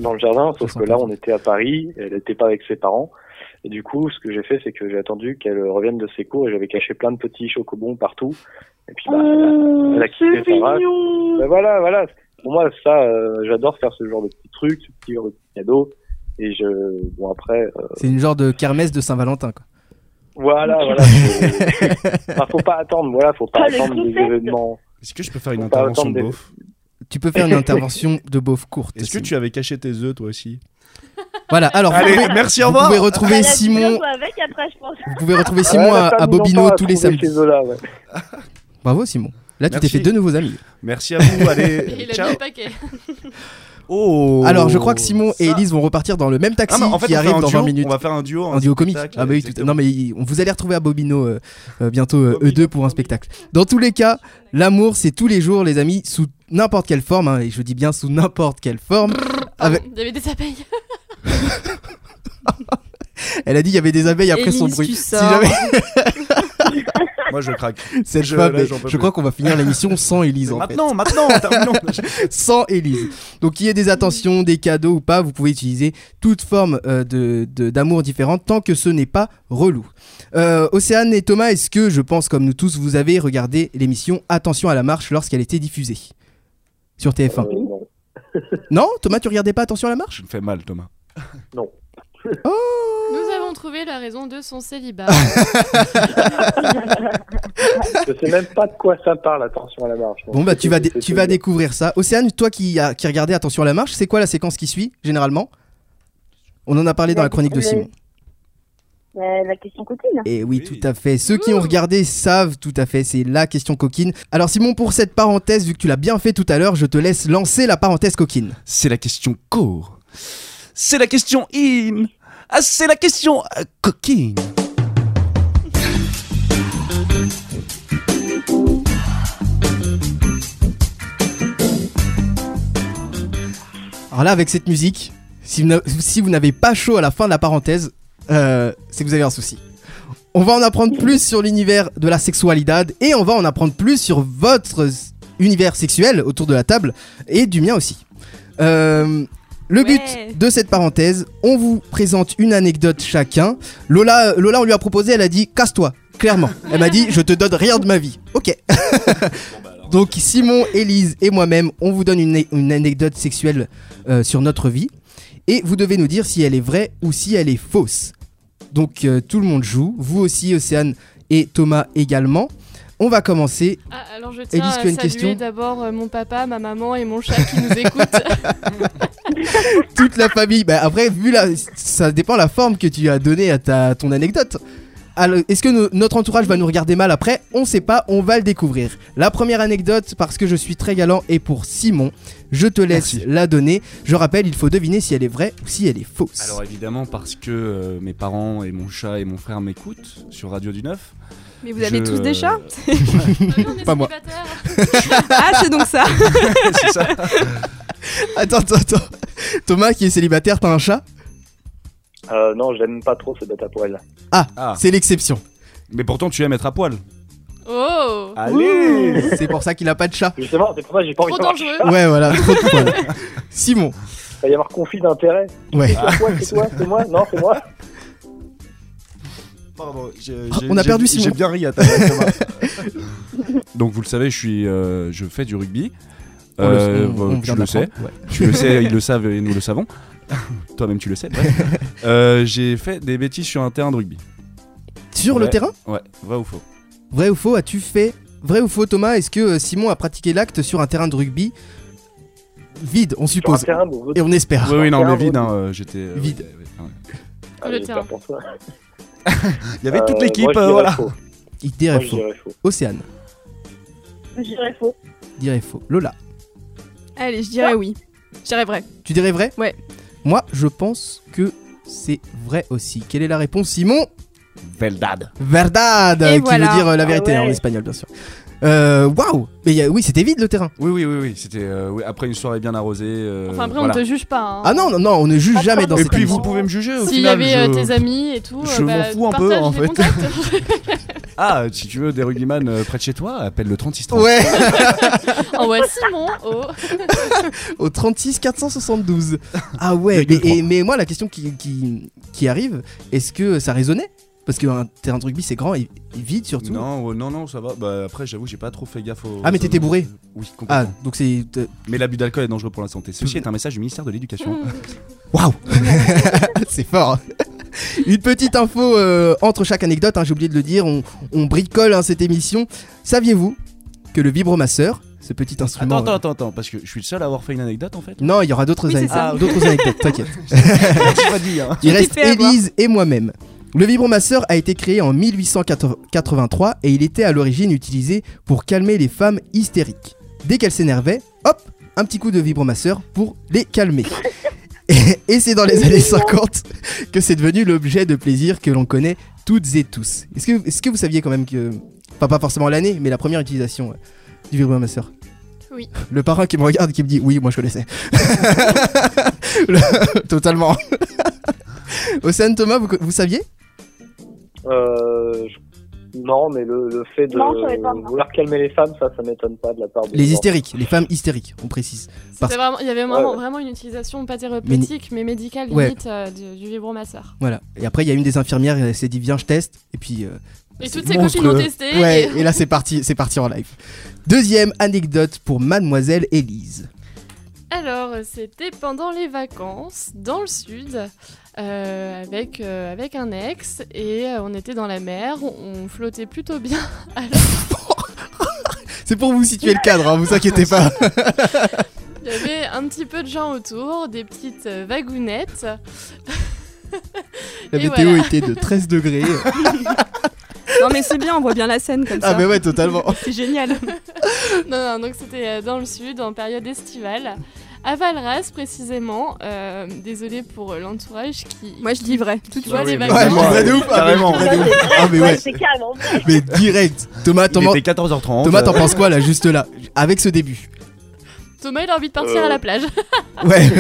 dans le jardin, sauf que là on était à Paris, elle n'était pas avec ses parents, et du coup ce que j'ai fait c'est que j'ai attendu qu'elle revienne de ses cours et j'avais caché plein de petits chocobons partout, et puis bah, elle
Ah.
a- elle a quitté Sarah.
Ah,
Ben voilà, voilà, pour moi ça, euh, j'adore faire ce genre de petits trucs, ce petit genre de petits cadeaux, et je, bon après, euh,
C'est une genre de kermesse de Saint-Valentin. quoi.
voilà,
(laughs)
voilà, faut, Enfin, faut pas attendre, voilà, faut pas
Ah, le
attendre des
concept.
événements.
Est-ce que je peux faire une
Faut pas
intervention
attendre
de
des-
beauf
Tu peux
(laughs)
faire une intervention de beauf courte.
Est-ce que
Simon.
tu avais caché tes œufs toi aussi
Voilà, alors
Allez,
vous, pouvez,
merci, au
vous
revoir
pouvez retrouver
Bah, la vidéo,
Simon,
on va avec après, je pense.
vous pouvez retrouver
Ouais,
Simon
elle a
à,
pas
à
mis longtemps
Bobino
à
tous les
trouver
samedis.
ces œufs-là, ouais.
Bravo Simon. Là, tu t'es
Merci.
fait deux nouveaux amis.
Merci à vous,
Et
Euh,
allez,
(laughs) il a mis
ciao
le paquet.
(laughs)
Oh
Alors, je crois que Simon et
Ça-
Elise vont repartir dans le même taxi
Ah, mais en fait,
qui
on fait
arrive
un
dans
duo,
20 minutes.
On va faire un duo. hein.
Un duo comique.
spectacle,
Ah bah oui, tout-
exactement.
non mais il- on- vous allez retrouver à Bobino euh, euh, bientôt euh,
Bobino,
E2 pour un spectacle. Dans tous les cas, l'amour c'est tous les jours les amis sous n'importe quelle forme hein, et je dis bien sous n'importe quelle forme.
Pardon,
Avec-
Il y avait des abeilles.
Elle a dit il y avait des abeilles après son
Élise,
bruit.
tu
Si
sors.
jamais
Moi, je craque.
cette
Je-
femme,
là,
est-
j'en peux
je
plus.
crois qu'on va finir l'émission sans Élise en fait.
Maintenant, maintenant, terminons.
(laughs) sans Élise. Donc qu'il y ait des attentions, des cadeaux ou pas, vous pouvez utiliser toute forme euh, de- de- d'amour différente tant que ce n'est pas relou. Euh, Océane et Thomas, est-ce que je pense comme nous tous, vous avez regardé l'émission Attention à la marche lorsqu'elle était diffusée sur TF1
Euh, non.
Non, Thomas, tu regardais pas Attention à la marche
Je me fais mal, Thomas.
Nous avons trouvé la raison de son célibat.
Ah.
Je sais même pas de quoi ça parle, attention à la marche.
Bon bah tu vas, dé-
C'est-
tu
c'est-
vas découvrir ça. Océane, toi qui, a- qui regardais Attention à la marche, c'est quoi la séquence qui suit généralement Bah, On en a parlé dans la chronique de
Le-
Simon.
Euh, la question coquine.
Et Eh oui,
Oui.
tout à fait. Ceux qui ont
Ouh.
regardé savent tout à fait, c'est la question coquine. Alors Simon, pour cette parenthèse, vu que tu l'as bien fait tout à l'heure, je te laisse lancer la parenthèse coquine.
C'est la question court. C'est la question in. Ah, c'est la question euh, coquine.
Alors là, avec cette musique, si vous n'a- si vous n'avez pas chaud à la fin de la parenthèse, euh, c'est que vous avez un souci. On va en apprendre plus sur l'univers de la sexualidad et on va en apprendre plus sur votre s- univers sexuel autour de la table et du mien aussi. Euh, le
Ouais.
but de cette parenthèse, on vous présente une anecdote chacun. Lola, Lola, on lui a proposé, elle a dit casse-toi, clairement. Elle m'a dit je te donne rien de ma vie. Ok. (laughs) Donc Simon, Élise et moi-même, on vous donne une, une anecdote sexuelle euh, sur notre vie et vous devez nous dire si elle est vraie ou si elle est fausse. Donc euh, tout le monde joue, vous aussi Océane et Thomas également. On va commencer.
Ah, alors je tiens
Élise, tu as
à
une question
saluer d'abord euh, mon papa, ma maman et mon chat
(laughs)
qui nous écoutent.
Toute la famille. Bah, après, vu la, ça dépend la forme que tu as donnée à ta ton anecdote. Alors, Est-ce que no- notre entourage va nous regarder mal après On sait pas, on va le découvrir. La première anecdote, parce que je suis très galant, et pour Simon. Je te laisse
Merci.
la donner. Je rappelle, il faut deviner si elle est vraie ou si elle est fausse.
Alors évidemment parce que euh, mes parents et mon chat et mon frère m'écoutent sur Radio du Neuf.
Mais vous avez
Je-
tous des chats (laughs)
Pas moi.
Ah, c'est donc ça.
C'est ça.
Attends, attends, attends. Thomas qui est célibataire, t'as un chat
Euh, non, j'aime pas trop ces bêtes à poil.
Ah,
C'est l'exception.
(laughs) mais pourtant tu aimes être à poil.
Oh
Allez
C'est pour ça qu'il a pas de chat.
Justement, c'est pour ça que j'ai pas envie
(laughs)
Trop
de
dangereux
Ouais, voilà, trop de poils. Simon,
va y avoir conflit d'intérêt.
Ouais.
C'est toi, c'est toi, c'est moi Non, c'est moi
Pardon,
on a perdu Simon.
J'ai bien ri à ta blague, Thomas. (laughs) Donc vous le savez, je suis, euh, je fais du rugby.
On le-
Euh,
on-
bah,
on
tu
vient
le sais,
d'apprendre, ouais.
tu le sais, ils le savent et nous le (laughs) savons. Toi-même, tu le sais. bref. Euh, j'ai fait des bêtises sur un terrain de rugby.
Sur le
Ouais.
terrain
Ouais, vrai ou faux
Vrai ou faux, as-tu fait Vrai ou faux, Thomas Est-ce que euh, Simon a pratiqué l'acte sur un terrain de rugby Vide, on
Sur un
suppose.
terrain de votre-
Et on espère.
Ah.
Oui, oui, non,
terrain
mais
de
vide.
rugby.
hein, euh, j'étais euh,
Vide.
ouais, ouais, ouais.
Ah,
Le
j'ai
terrain.
peur pour toi.
Il y avait
Euh,
toute l'équipe,
moi, je
euh,
dirais
voilà.
faux.
Il dirait
Moi, je
faux.
dirais faux.
Océane
Je dirais faux.
dirait faux. Lola,
Allez, je dirais oui. Je dirais vrai.
tu dirais vrai
Ouais.
Moi, je pense que c'est vrai aussi. Quelle est la réponse, Simon
Veldad.
Verdad,
Et
qui
voilà.
veut dire euh, la vérité
Ah ouais.
en espagnol, bien sûr. Euh, Waouh Mais il y a- oui, c'était vide le terrain.
Oui, oui, oui, oui. C'était euh, oui, après une soirée bien arrosée. euh,
Enfin, après,
voilà.
on te juge pas. hein.
Ah non, non, non, on ne juge jamais dans
Et
cette
puis vous
émission.
pouvez me juger au
S'il y
final,
avait euh,
je-
tes amis et tout,
je
euh,
m'en
bah,
fous un peu,
partage
en
les
fait. (laughs)
contacts.
Ah, si tu veux des rugbyman euh, près de chez toi, appelle le 30
Ouais,
Envoie Simon au.
au 36
(laughs)
472. Ah ouais, mais,
Virgule trois.
et- mais moi la question qui, qui, qui arrive, est-ce que ça résonnait Parce qu'un terrain de rugby c'est grand et et vide surtout.
Non, ouais, non, non, ça va. Bah, après, j'avoue, j'ai pas trop fait gaffe au.
Ah, mais t'étais bourré
Oui,
Ah, Mmh.
complètement.
donc c'est. euh,
Mais l'abus d'alcool est dangereux pour la santé. Ceci est un message du ministère de l'Éducation.
Mmh.
Waouh (laughs) C'est fort (laughs) Une petite info euh, entre chaque anecdote, hein, j'ai oublié de le dire, on, on bricole hein, cette émission. Saviez-vous que le vibromasseur, ce petit instrument.
attends, attends, attends, attends, parce que je suis le seul à avoir fait une anecdote en fait.
euh, Non, il y aura d'autres
Oui, c'est
ane-
ça.
d'autres anecdotes, t'inquiète.
J'ai pas dit, hein.
Il reste
t'es fait avoir.
Élise et moi-même. Le vibromasseur a été créé en 1883 et il était à l'origine utilisé pour calmer les femmes hystériques. Dès qu'elles s'énervaient, hop, un petit coup de vibromasseur pour les calmer. Et, et c'est dans les années 50 que c'est devenu l'objet de plaisir que l'on connaît toutes et tous. Est-ce que, est-ce que vous saviez quand même que... Enfin pas forcément l'année, mais la première utilisation euh, du vibromasseur
Oui.
Le parrain qui me regarde qui me dit oui, moi je connaissais. (laughs) Le- Totalement. Océane Thomas, vous, vous saviez
Euh, je- Non, mais le, le fait de
Non, ça m'étonne pas.
vouloir calmer les femmes, ça, ça m'étonne pas de la part des
Les
gens.
hystériques, les femmes hystériques, on précise. Parce-
C'était vraiment- Il y avait vraiment,
ouais.
vraiment une utilisation pas thérapeutique, mais, médicale
Ouais.
limite euh, du, du vibromasseur.
Voilà. Et après, il y a une des infirmières, elle s'est dit viens, je teste. Et puis. euh,
Et
c'est
toutes ses copines
monstrueux.
l'ont testé.
Ouais,
et-
et là, c'est parti, c'est parti en live. Deuxième anecdote pour Mademoiselle Élise.
Alors, c'était pendant les vacances, dans le sud, euh, avec, euh, avec un ex, et euh, on était dans la mer, on flottait plutôt bien. (laughs)
C'est pour vous situer le cadre, hein, vous inquiétez pas.
Il y avait un petit peu de gens autour, des petites euh, wagounettes. (laughs)
La
Et
météo
voilà.
était de 13 degrés.
Non, mais c'est bien, on voit bien la scène comme
ah,
ça.
mais ouais, totalement.
C'est génial.
Non, non, donc c'était euh, dans le sud, en période estivale, à Valras précisément. Euh, désolée pour euh, l'entourage qui.
Moi, je dis vrai. Tout de
Tu
suite.
vois les
Ouais,
Ouais,
vacances.
moi,
vrai de ouf, ah, mais
Carrément.
vrai de ouf. Ah, mais ouais,
c'est calme. hein.
mais direct. Thomas, t'en
Il
man-
était euh. 14h30.
Thomas, t'en penses quoi là, juste là Avec ce début.
Thomas, il a envie de partir
Euh.
à la plage. (laughs)
Ouais. (laughs)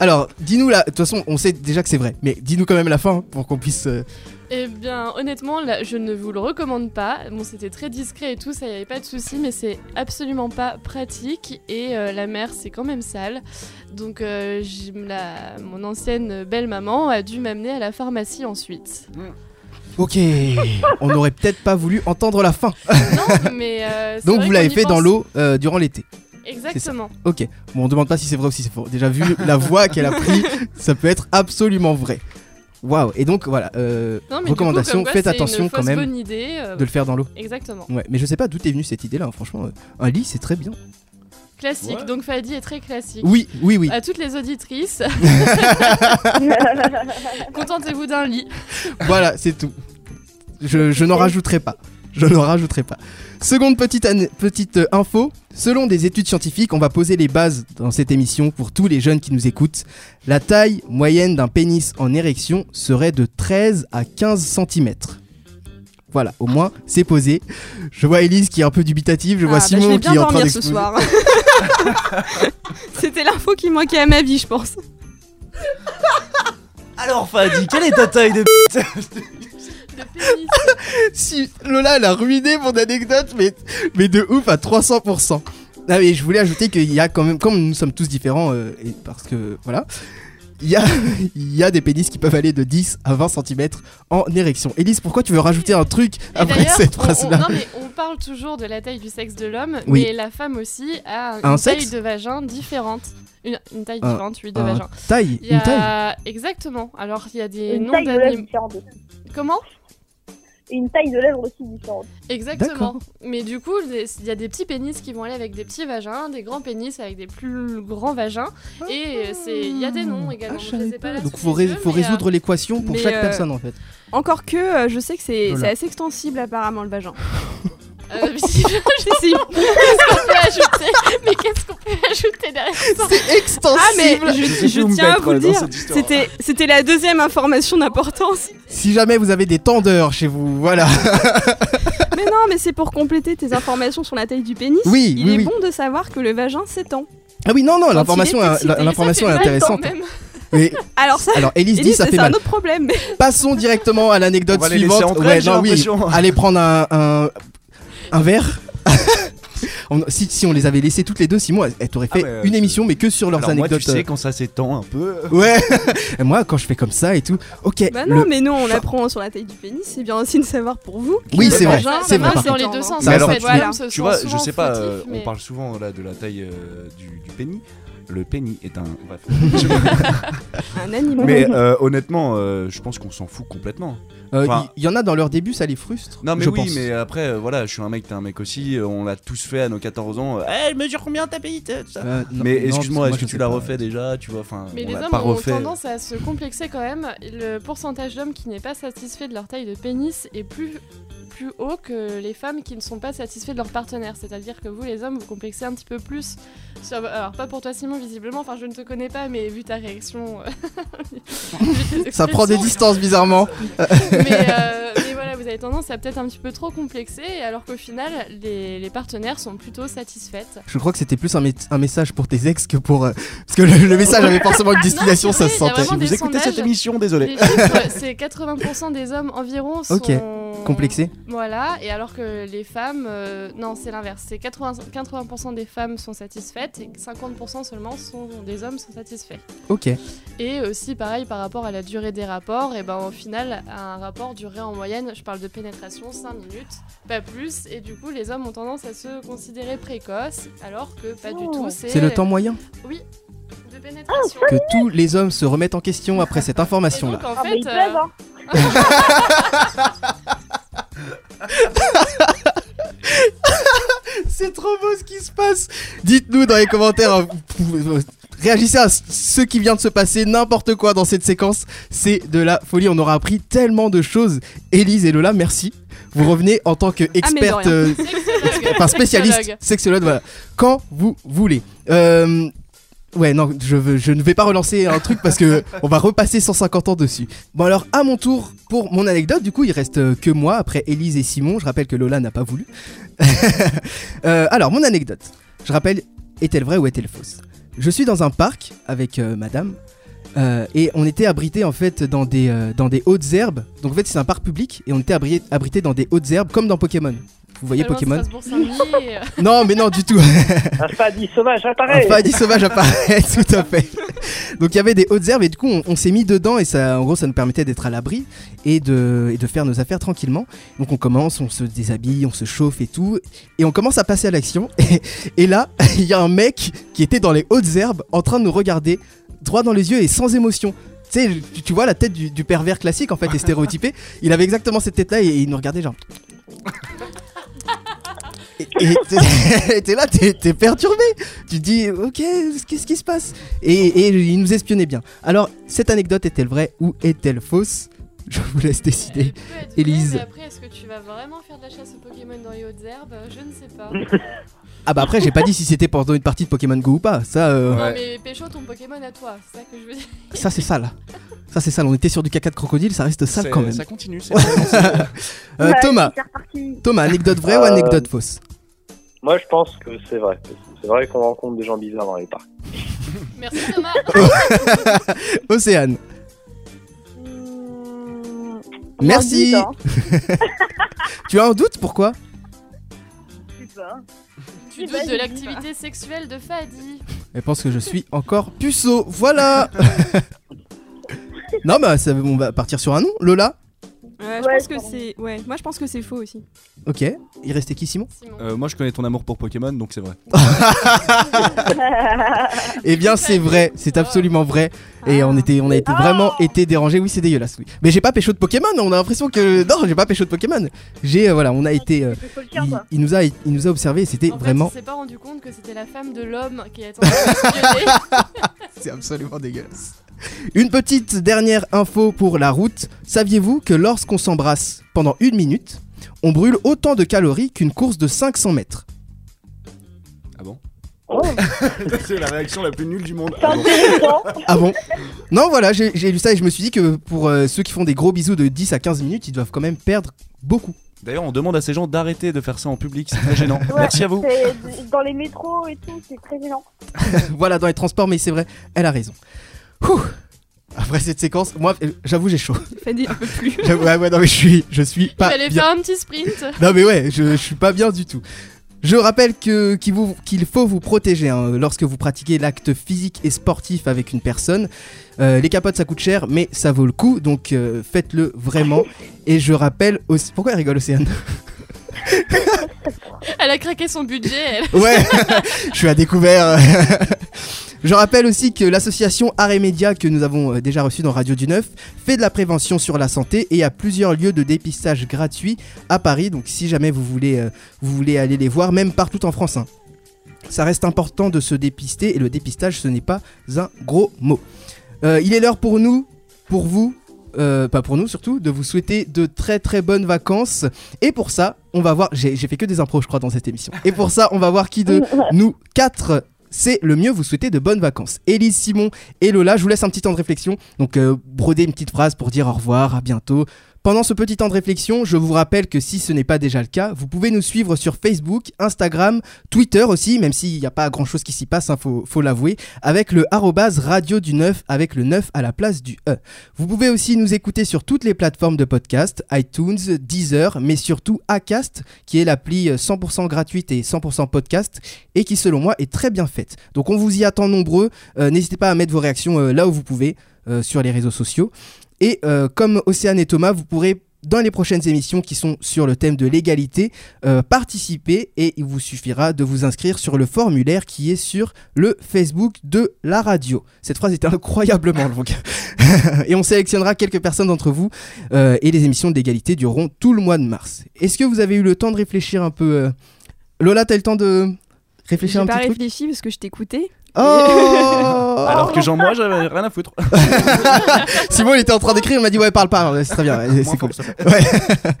Alors, dis-nous là, de toute façon, on sait déjà que c'est vrai, mais dis-nous quand même la fin hein, pour qu'on puisse. euh,
Eh bien, honnêtement, là, je ne vous le recommande pas. Bon, c'était très discret et tout, ça, il n'y avait pas de souci, mais c'est absolument pas pratique. Et euh, la mer, c'est quand même sale. Donc, euh, j'ai- la- mon ancienne belle-maman a dû m'amener à la pharmacie ensuite. (laughs)
Ok, on n'aurait peut-être pas voulu entendre la fin.
non, mais. euh, c'est
Donc
vrai
vous l'avez
qu'on y
fait dans
pense.
l'eau euh, durant l'été.
Exactement.
Ok, bon on demande pas si c'est vrai ou si c'est faux. Déjà
(laughs)
vu la voix qu'elle a pris, ça peut être absolument vrai. Waouh, et donc voilà, euh,
Non, mais du coup,
recommandation,
comme quoi,
faites
c'est une
attention quand
fausse
même
bonne idée. euh,
de le faire dans l'eau.
Exactement.
Ouais, mais je sais pas d'où est venue cette idée là, hein, franchement, euh, un lit c'est très bien.
Classique.
Ouais.
Donc Fadi est très classique.
Oui, oui, oui.
À toutes les
(laughs)
auditrices, (laughs) contentez-vous d'un lit.
Voilà, c'est tout. Je, je n'en rajouterai pas. Je n'en rajouterai pas. Seconde petite, an- petite euh, info. Selon des études scientifiques, on va poser les bases dans cette émission pour tous les jeunes qui nous écoutent. La taille moyenne d'un pénis en érection serait de 13 à 15 cm. Voilà, au moins c'est posé. Je vois Elise qui est un peu dubitative, je vois
Ah, bah,
Simon
je vais
qui
bien
est en train
dormir ce
d'exploser.
soir. (laughs) C'était l'info qui manquait à ma vie, je pense.
Alors, Fadi, quelle est ta taille de.
Le pénis.
Si Lola elle a ruiné mon anecdote, mais, mais de ouf à 300%. Ah oui, je voulais ajouter qu'il y a quand même, comme nous sommes tous différents, euh, et parce que voilà, il y a, (laughs) il y a des pénis qui peuvent aller de 10 à 20 cm en érection. Élise, pourquoi tu veux rajouter un truc
Et
après
d'ailleurs,
Ah cette
on- on-
phrase-là
Non, mais on parle toujours de la taille du sexe de l'homme,
Oui.
mais la femme aussi a une
Un
taille
sexe
de vagin différente. Une, une taille
Un-
différente, oui, de
un
vagin.
Taille,
bah, Il y
une taille
a... Exactement. Alors, il y a des
Une
noms
taille de l'œuvre
d'animaux.
différente. aussi.
Comment
Et Une taille de l'œuvre aussi différente.
D'accord.
Exactement. Mais du coup, des- il y a des petits pénis qui vont aller avec des petits vagins, des grands pénis avec des plus grands vagins. Et euh, c'est- il y a des noms également.
Ah, je
je les ai
savais
pas
pas.
là
Donc
sous
faut,
les
ré-
yeux,
faut
mais, euh,
résoudre l'équation pour
mais,
chaque
euh,
personne en
(laughs)
fait.
Encore que, euh, je sais que c'est
Lola.
c'est assez extensible apparemment
(laughs)
le vagin.
euh, (laughs) je sais pas qu'est-ce qu'on peut ajouter Mais qu'est-ce qu'on peut ajouter derrière ça
C'est extensible.
Ah mais je,
sais
je
plus où
tiens
me
à vous le
mettre dans cette
dire,
histoire.
c'était c'était la deuxième information d'importance.
Si jamais vous avez des tendeurs chez vous, voilà.
mais non, mais c'est pour compléter tes informations sur la taille du pénis.
Oui,
Il
oui,
est
oui.
bon de savoir que le vagin s'étend.
Ah oui, non, non,
il
l'information,
est
est-
excité,
la-
Mais ça
l'information est
fait mal quand
intéressante.
même.
Mais
(laughs) Alors ça,
alors, Élise
Élise,
dit ça
c'est
fait
un
mal. Eh,
autre problème. mais-
Passons directement à l'anecdote
On va les laisser
suivante.
en train, j'ai l'impression.
allez prendre un, un, un verre. (laughs) On- si, si on les avait laissées toutes les deux, Simon, elle, elle t'aurait
Ah
fait
ouais,
une
je-
émission, mais que sur leurs
Alors moi,
anecdotes. euh
tu sais, quand ça s'étend un peu. euh,
Ouais. (laughs) Et moi, quand je fais comme ça et tout. Ok.
Bah non,
le-
mais non, on
Genre-
apprend sur la taille du pénis. C'est bien aussi de savoir pour vous. que
Oui,
le
c'est vrai,
vagin,
c'est
le
vrai,
vagin
par
dans les
s'étend,
deux
hein.
sens.
Mais
en
alors,
fait,
tu
voilà,
vois-
on se
Tu
sent
vois, je
Euh, souvent
sais pas,
fautif,
euh,
mais-
on parle souvent là de la taille euh, du, du pénis. Le pénis est un.
(laughs)
bref.
Un animal.
mais euh, honnêtement, euh, je pense qu'on s'en fout complètement.
Euh,
Enfin-
Il y, en a dans leur début, ça les frustre.
Non, mais
je
oui,
pense.
mais après, euh, voilà, je suis un mec, t'es un mec aussi. euh, on l'a tous fait à nos 14 ans. Euh, Eh, mesure combien ta pénis euh, tout ça.
Euh, non,
Mais
non,
excuse-moi,
parce que moi, je
est-ce que tu l'as
sais pas.
refait déjà Tu vois, enfin,
Mais
on
les
l'a
hommes
pas
ont
refait.
tendance à se complexer quand même. Le pourcentage d'hommes qui n'est pas satisfait de leur taille de pénis est plus plus haut que les femmes qui ne sont pas satisfaites de leur partenaire. C'est-à-dire que vous, les hommes, vous complexez un petit peu plus. sur- Alors, pas pour toi, Simon, visiblement. Enfin, je ne te connais pas, mais vu ta réaction... euh, (laughs) vu tes
Ça prend des
expressions,
distances bizarrement.
mais, euh, mais voilà, vous avez tendance à peut-être un petit peu trop complexer, alors qu'au final, les, les partenaires sont plutôt satisfaites.
Je crois que c'était plus un, mé- un message pour tes ex que pour. euh, Parce que le, le message avait (laughs) forcément une destination,
c'est
ça se
vrai, il y a
sentait.
vraiment
Vous
Des
écoutez cette
sondages.
émission, désolé.
Les chiffres, (laughs) c'est 80% des hommes environ sont...
Ok, Complexé
Voilà, et alors que les femmes... euh, non, c'est l'inverse. C'est 80%, 80% des femmes sont satisfaites et 50% seulement sont, des hommes sont satisfaits.
Ok.
Et aussi, pareil, par rapport à la durée des rapports, et ben au final, un rapport durait en moyenne, je parle de pénétration, 5 minutes, pas plus, et du coup, les hommes ont tendance à se considérer précoces, alors que pas du tout, c'est...
Oh. C'est le temps moyen
Oui, de pénétration.
que tous les hommes se remettent en question après cette
et
information-là.
donc, en
Ah, mais ils
fait,
peuvent,
euh,
hein.
(laughs) C'est trop beau ce qui se passe. Dites-nous dans les commentaires. hein, vous pouvez- euh, Réagissez à ce- ce qui vient de se passer, n'importe quoi dans cette séquence. C'est de la folie. On aura appris tellement de choses. Élise et Lola, merci. Vous revenez en tant qu'experte, euh,
rien.
(laughs)
sexologue.
enfin spécialiste,
Sexologue.
sexologue, voilà. Quand vous voulez. Euh, Ouais, non, je, veux- je ne vais pas relancer un truc parce que on va repasser 150 ans dessus. Bon, alors, à mon tour, pour mon anecdote, du coup, il reste euh, que moi après Élise et Simon. Je rappelle que Lola n'a pas voulu. (laughs) Euh, alors, mon anecdote. Je rappelle, est-elle vraie ou est-elle fausse Je suis dans un parc avec euh, madame. euh, et on était abrité en fait dans des, euh, dans des hautes herbes. Donc en fait c'est un parc public et on était abri- abrité dans des hautes herbes comme dans Pokémon. Vous voyez
tellement
Pokémon
Strasbourg-Saint-Denis,
(laughs)
euh,
Non mais non du tout.
Un fadi sauvage
Un
apparaît.
paradis sauvage apparaît, tout à fait. Donc il y avait des hautes herbes et du coup on, on s'est mis dedans et ça, en gros ça nous permettait d'être à l'abri et de, et de faire nos affaires tranquillement. Donc on commence, on se déshabille, on se chauffe et tout et on commence à passer à l'action. (laughs) Et, et là il y a un mec qui était dans les hautes herbes en train de nous regarder droit dans les yeux et sans émotion. Tu sais, tu- tu vois la tête du, du pervers classique en fait et stéréotypé. Il avait exactement cette tête là et, il nous regardait genre. Et et t'es- (laughs) t'es là, t'es t'es perturbé. Tu te dis, ok, qu'est-ce qui se passe et, et il nous espionnait bien. Alors, cette anecdote est-elle vraie ou est-elle fausse Je vous laisse décider.
elle peut être vraie,
Élise.
mais après, est-ce que tu vas vraiment faire de la chasse aux Pokémon dans les hautes herbes Je ne sais
(laughs)
pas.
Ah bah après, j'ai pas dit si c'était pendant une partie de Pokémon Go ou pas. Ça, euh,
Non,
Ouais.
mais pécho ton Pokémon à toi, c'est ça que je veux dire.
ça c'est sale. Ça c'est sale. On était sur du caca de crocodile, ça reste sale
C'est-
quand même.
Ça continue, c'est bon, c'est-
(laughs) Euh,
Ouais,
Thomas,
C'est reparti.
Thomas, anecdote vraie ou
Euh,
anecdote fausse
Moi, je pense que c'est vrai. C'est vrai qu'on rencontre des gens bizarres dans les parcs.
Merci
(laughs)
Thomas.
Océane,
Mmh,
Merci.
hein. j'en doute,
tu as un doute Pourquoi
hein. Je sais pas.
Tu doutes de l'activité sexuelle de Fadi.
Elle pense que je suis encore puceau. Voilà Non, bah, ça- on va partir sur un nom. Lola euh,
Ouais, je
Ouais,
pense que
pardon.
c'est. Ouais, moi je pense que c'est faux aussi.
Ok. Il restait qui, Simon
Simon.
Euh, moi, je connais ton amour pour Pokémon, donc c'est vrai.
Eh bien, c'est vrai. C'est absolument vrai.
Ah.
Et on, était, on a été vraiment été dérangés. Oui, c'est dégueulasse. Oui. Mais j'ai pas pécho de Pokémon. On a l'impression que. Non, j'ai pas pécho de Pokémon. J'ai. euh, voilà, on a été. euh,
C'est faut le faire,
il,
quoi.
il nous a, il nous a observés. et C'était
En fait,
vraiment.
il s'est pas rendu compte que c'était la femme de l'homme qui
(laughs)
attendait. de le violer.
C'est absolument dégueulasse. Une petite dernière info pour la route. Saviez-vous que lorsqu'on s'embrasse pendant une minute, on brûle autant de calories qu'une course de 500 mètres
(laughs) c'est la réaction la plus nulle du monde.
C'est intéressant.
Ah bon Non, voilà, j'ai j'ai lu ça et je me suis dit que pour euh, ceux qui font des gros bisous de 10 à 15 minutes, ils doivent quand même perdre beaucoup. (laughs)
D'ailleurs, on demande à ces gens d'arrêter de faire ça en public, c'est très gênant.
Ouais,
Merci à vous.
c'est- Dans les métros et tout, c'est très gênant.
voilà, dans les transports, mais c'est vrai, elle a raison. Ouh. Après cette séquence, moi, euh, j'avoue, j'ai chaud. (laughs)
Fadi, un peu plus.
J'avoue, ah ouais, ouais, non, mais je suis, je suis
Il
pas.
fallait
bien.
faire un petit sprint.
Non mais ouais, je, je suis pas bien du tout. Je rappelle que qu'il vous- qu'il faut vous protéger hein, lorsque vous pratiquez l'acte physique et sportif avec une personne. Euh, les capotes ça coûte cher, mais ça vaut le coup, donc euh, faites-le vraiment. Et je rappelle aussi. Pourquoi elle rigole Océane
Elle a craqué son budget. elle.
Ouais, (laughs) je suis à découvert. Je rappelle aussi que l'association Arrêt Média que nous avons euh, déjà reçue dans Radio du Neuf fait de la prévention sur la santé et a plusieurs lieux de dépistage gratuits à Paris. Donc si jamais vous voulez, euh, vous voulez aller les voir, même partout en France. hein. Ça reste important de se dépister et le dépistage ce n'est pas un gros mot. Euh, il est l'heure pour nous, pour vous, euh, pas pour nous surtout, de vous souhaiter de très très bonnes vacances. Et pour ça, on va voir. J'ai j'ai fait que des impros, je crois, dans cette émission. Et pour ça, on va voir qui de nous quatre, c'est le mieux. Vous souhaitez de bonnes vacances. Élise, Simon et Lola, je vous laisse un petit temps de réflexion. Donc, euh, brodez une petite phrase pour dire au revoir, à bientôt. Pendant ce petit temps de réflexion, je vous rappelle que si ce n'est pas déjà le cas, vous pouvez nous suivre sur Facebook, Instagram, Twitter aussi, même s'il n'y a pas grand chose qui s'y passe, hein, faut, faut l'avouer, avec le arrobase radio du 9, avec le 9 à la place du E. Vous pouvez aussi nous écouter sur toutes les plateformes de podcast, iTunes, Deezer, mais surtout Acast, qui est l'appli euh, 100% gratuite et 100% podcast, et qui selon moi est très bien faite. Donc on vous y attend nombreux, Euh, n'hésitez pas à mettre vos réactions euh, là où vous pouvez, euh, sur les réseaux sociaux. Et euh, comme Océane et Thomas, vous pourrez, dans les prochaines émissions qui sont sur le thème de l'égalité, euh, participer, et il vous suffira de vous inscrire sur le formulaire qui est sur le Facebook de la radio. Cette phrase était incroyablement longue (laughs) et on sélectionnera quelques personnes d'entre vous euh, et les émissions d'égalité dureront tout le mois de mars. Est-ce que vous avez eu le temps de réfléchir un peu euh Lola, t'as eu le temps de réfléchir un
J'ai pas
petit truc
réfléchi parce que je t'écoutais. (laughs)
Oh
Alors que Jean, moi, j'avais rien
(laughs)
à foutre.
Simon, il était en train d'écrire, il m'a dit ouais, parle pas, Ouais, c'est très bien, ouais, c'est
Moins
cool. (laughs)
fort, ça fait.
Ouais.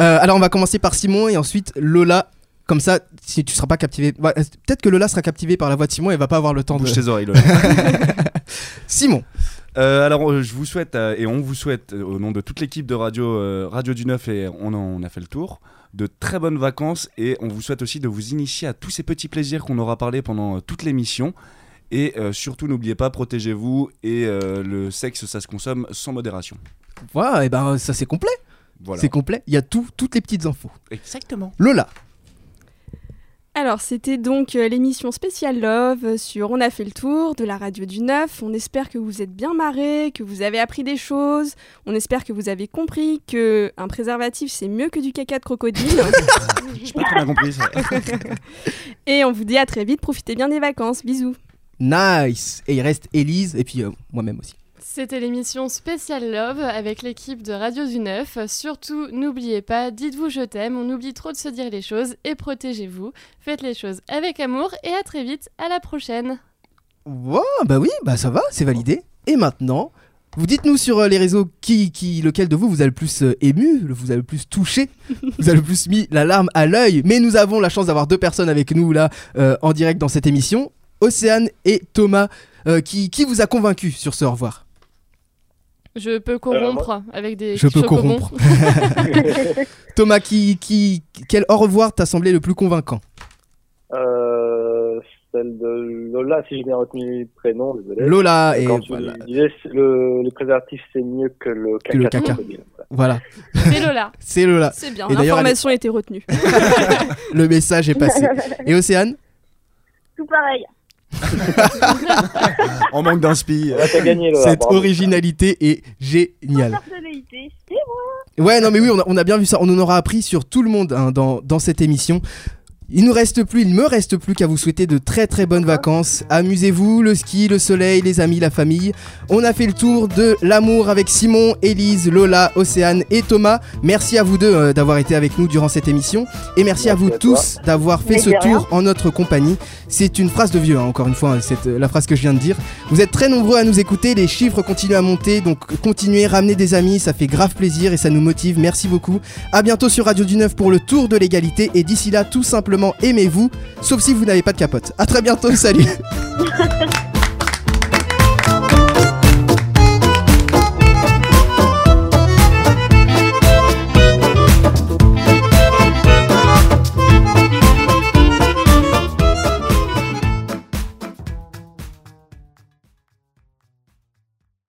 Euh, alors on va commencer par Simon et ensuite Lola. Comme ça, si tu seras pas captivé, Ouais, euh, peut-être que Lola sera captivée par la voix de Simon et va pas avoir le temps de.
Bouge tes
(laughs)
oreilles, Lola.
Simon.
Euh, alors, euh, je vous souhaite euh, et on vous souhaite, euh, au nom de toute l'équipe de Radio, euh, Radio du Neuf, et on, en- on a fait le tour, de très bonnes vacances et on vous souhaite aussi de vous initier à tous ces petits plaisirs qu'on aura parlé pendant euh, toute l'émission. Et euh, surtout, n'oubliez pas, protégez-vous et euh, le sexe, ça se consomme sans modération.
Voilà, et ben ça c'est complet,
Voilà.
c'est complet. Il y a tout, toutes les petites infos.
Exactement.
Lola.
Alors, c'était donc euh, l'émission spéciale Love sur On a fait le tour de la radio du 9. On espère que vous êtes bien marrés, que vous avez appris des choses. On espère que vous avez compris que un préservatif, c'est mieux que du caca
(laughs)
de crocodile. (laughs)
J'ai pas très bien compris ça.
(laughs) Et on vous dit à très vite. Profitez bien des vacances. Bisous.
Nice Et il reste Elise et puis euh, moi-même aussi.
C'était l'émission spéciale Love avec l'équipe de Radio du Neuf. Surtout, n'oubliez pas, dites-vous je t'aime, on oublie trop de se dire les choses et protégez-vous. Faites les choses avec amour et à très vite, à la prochaine.
Wow, bah oui, bah ça va, c'est validé. Et maintenant, vous dites-nous sur euh, les réseaux qui, qui, lequel de vous vous a le plus euh, ému, le- vous a le plus
(laughs)
touché, vous a le plus mis la larme à l'œil. Mais nous avons la chance d'avoir deux personnes avec nous là euh, en direct dans cette émission, Océane et Thomas. euh, qui, qui vous a convaincu sur ce au revoir
Je peux corrompre avec des
Je peux
chocobons.
corrompre. (laughs) Thomas, qui, qui, quel au revoir t'a semblé le plus convaincant
Euh, celle de Lola, si j'ai bien retenu le prénom, désolé.
Lola Ah, et
Euh, Quand tu
voilà.
disais, le, le préservatif c'est mieux que le caca.
le caca.
crocodile. Voilà.
Voilà,
C'est Lola.
c'est Lola.
C'est bien,
Et d'ailleurs,
l'information a été retenue.
Le message est
(laughs)
passé. Et Océane
(laughs) Tout pareil.
En manque d'inspi. euh,
Ouais, t'as gagné, Lola.
Cette
bravo.
originalité est géniale.
Personnalité.
Ouais, non, mais oui, on a, on a bien vu ça. On en aura appris sur tout le monde hein, dans, dans cette émission. Il nous reste plus, il me reste plus qu'à vous souhaiter de très très bonnes vacances. Amusez-vous, le ski, le soleil, les amis, la famille. On a fait le tour de l'amour avec Simon, Élise, Lola, Océane et Thomas. Merci à vous deux euh, d'avoir été avec nous durant cette émission. Et merci,
Merci
à vous
à toi.
tous d'avoir fait
Mais
ce
de rien.
tour en notre compagnie. C'est une phrase de vieux, hein, encore une fois, hein, cette, euh, la phrase que je viens de dire. Vous êtes très nombreux à nous écouter, les chiffres continuent à monter, donc continuez, ramenez des amis, ça fait grave plaisir et ça nous motive, merci beaucoup. À bientôt sur Radio du Neuf pour le tour de l'égalité et d'ici là, tout simplement aimez-vous, sauf si vous n'avez pas de capote. À très bientôt, salut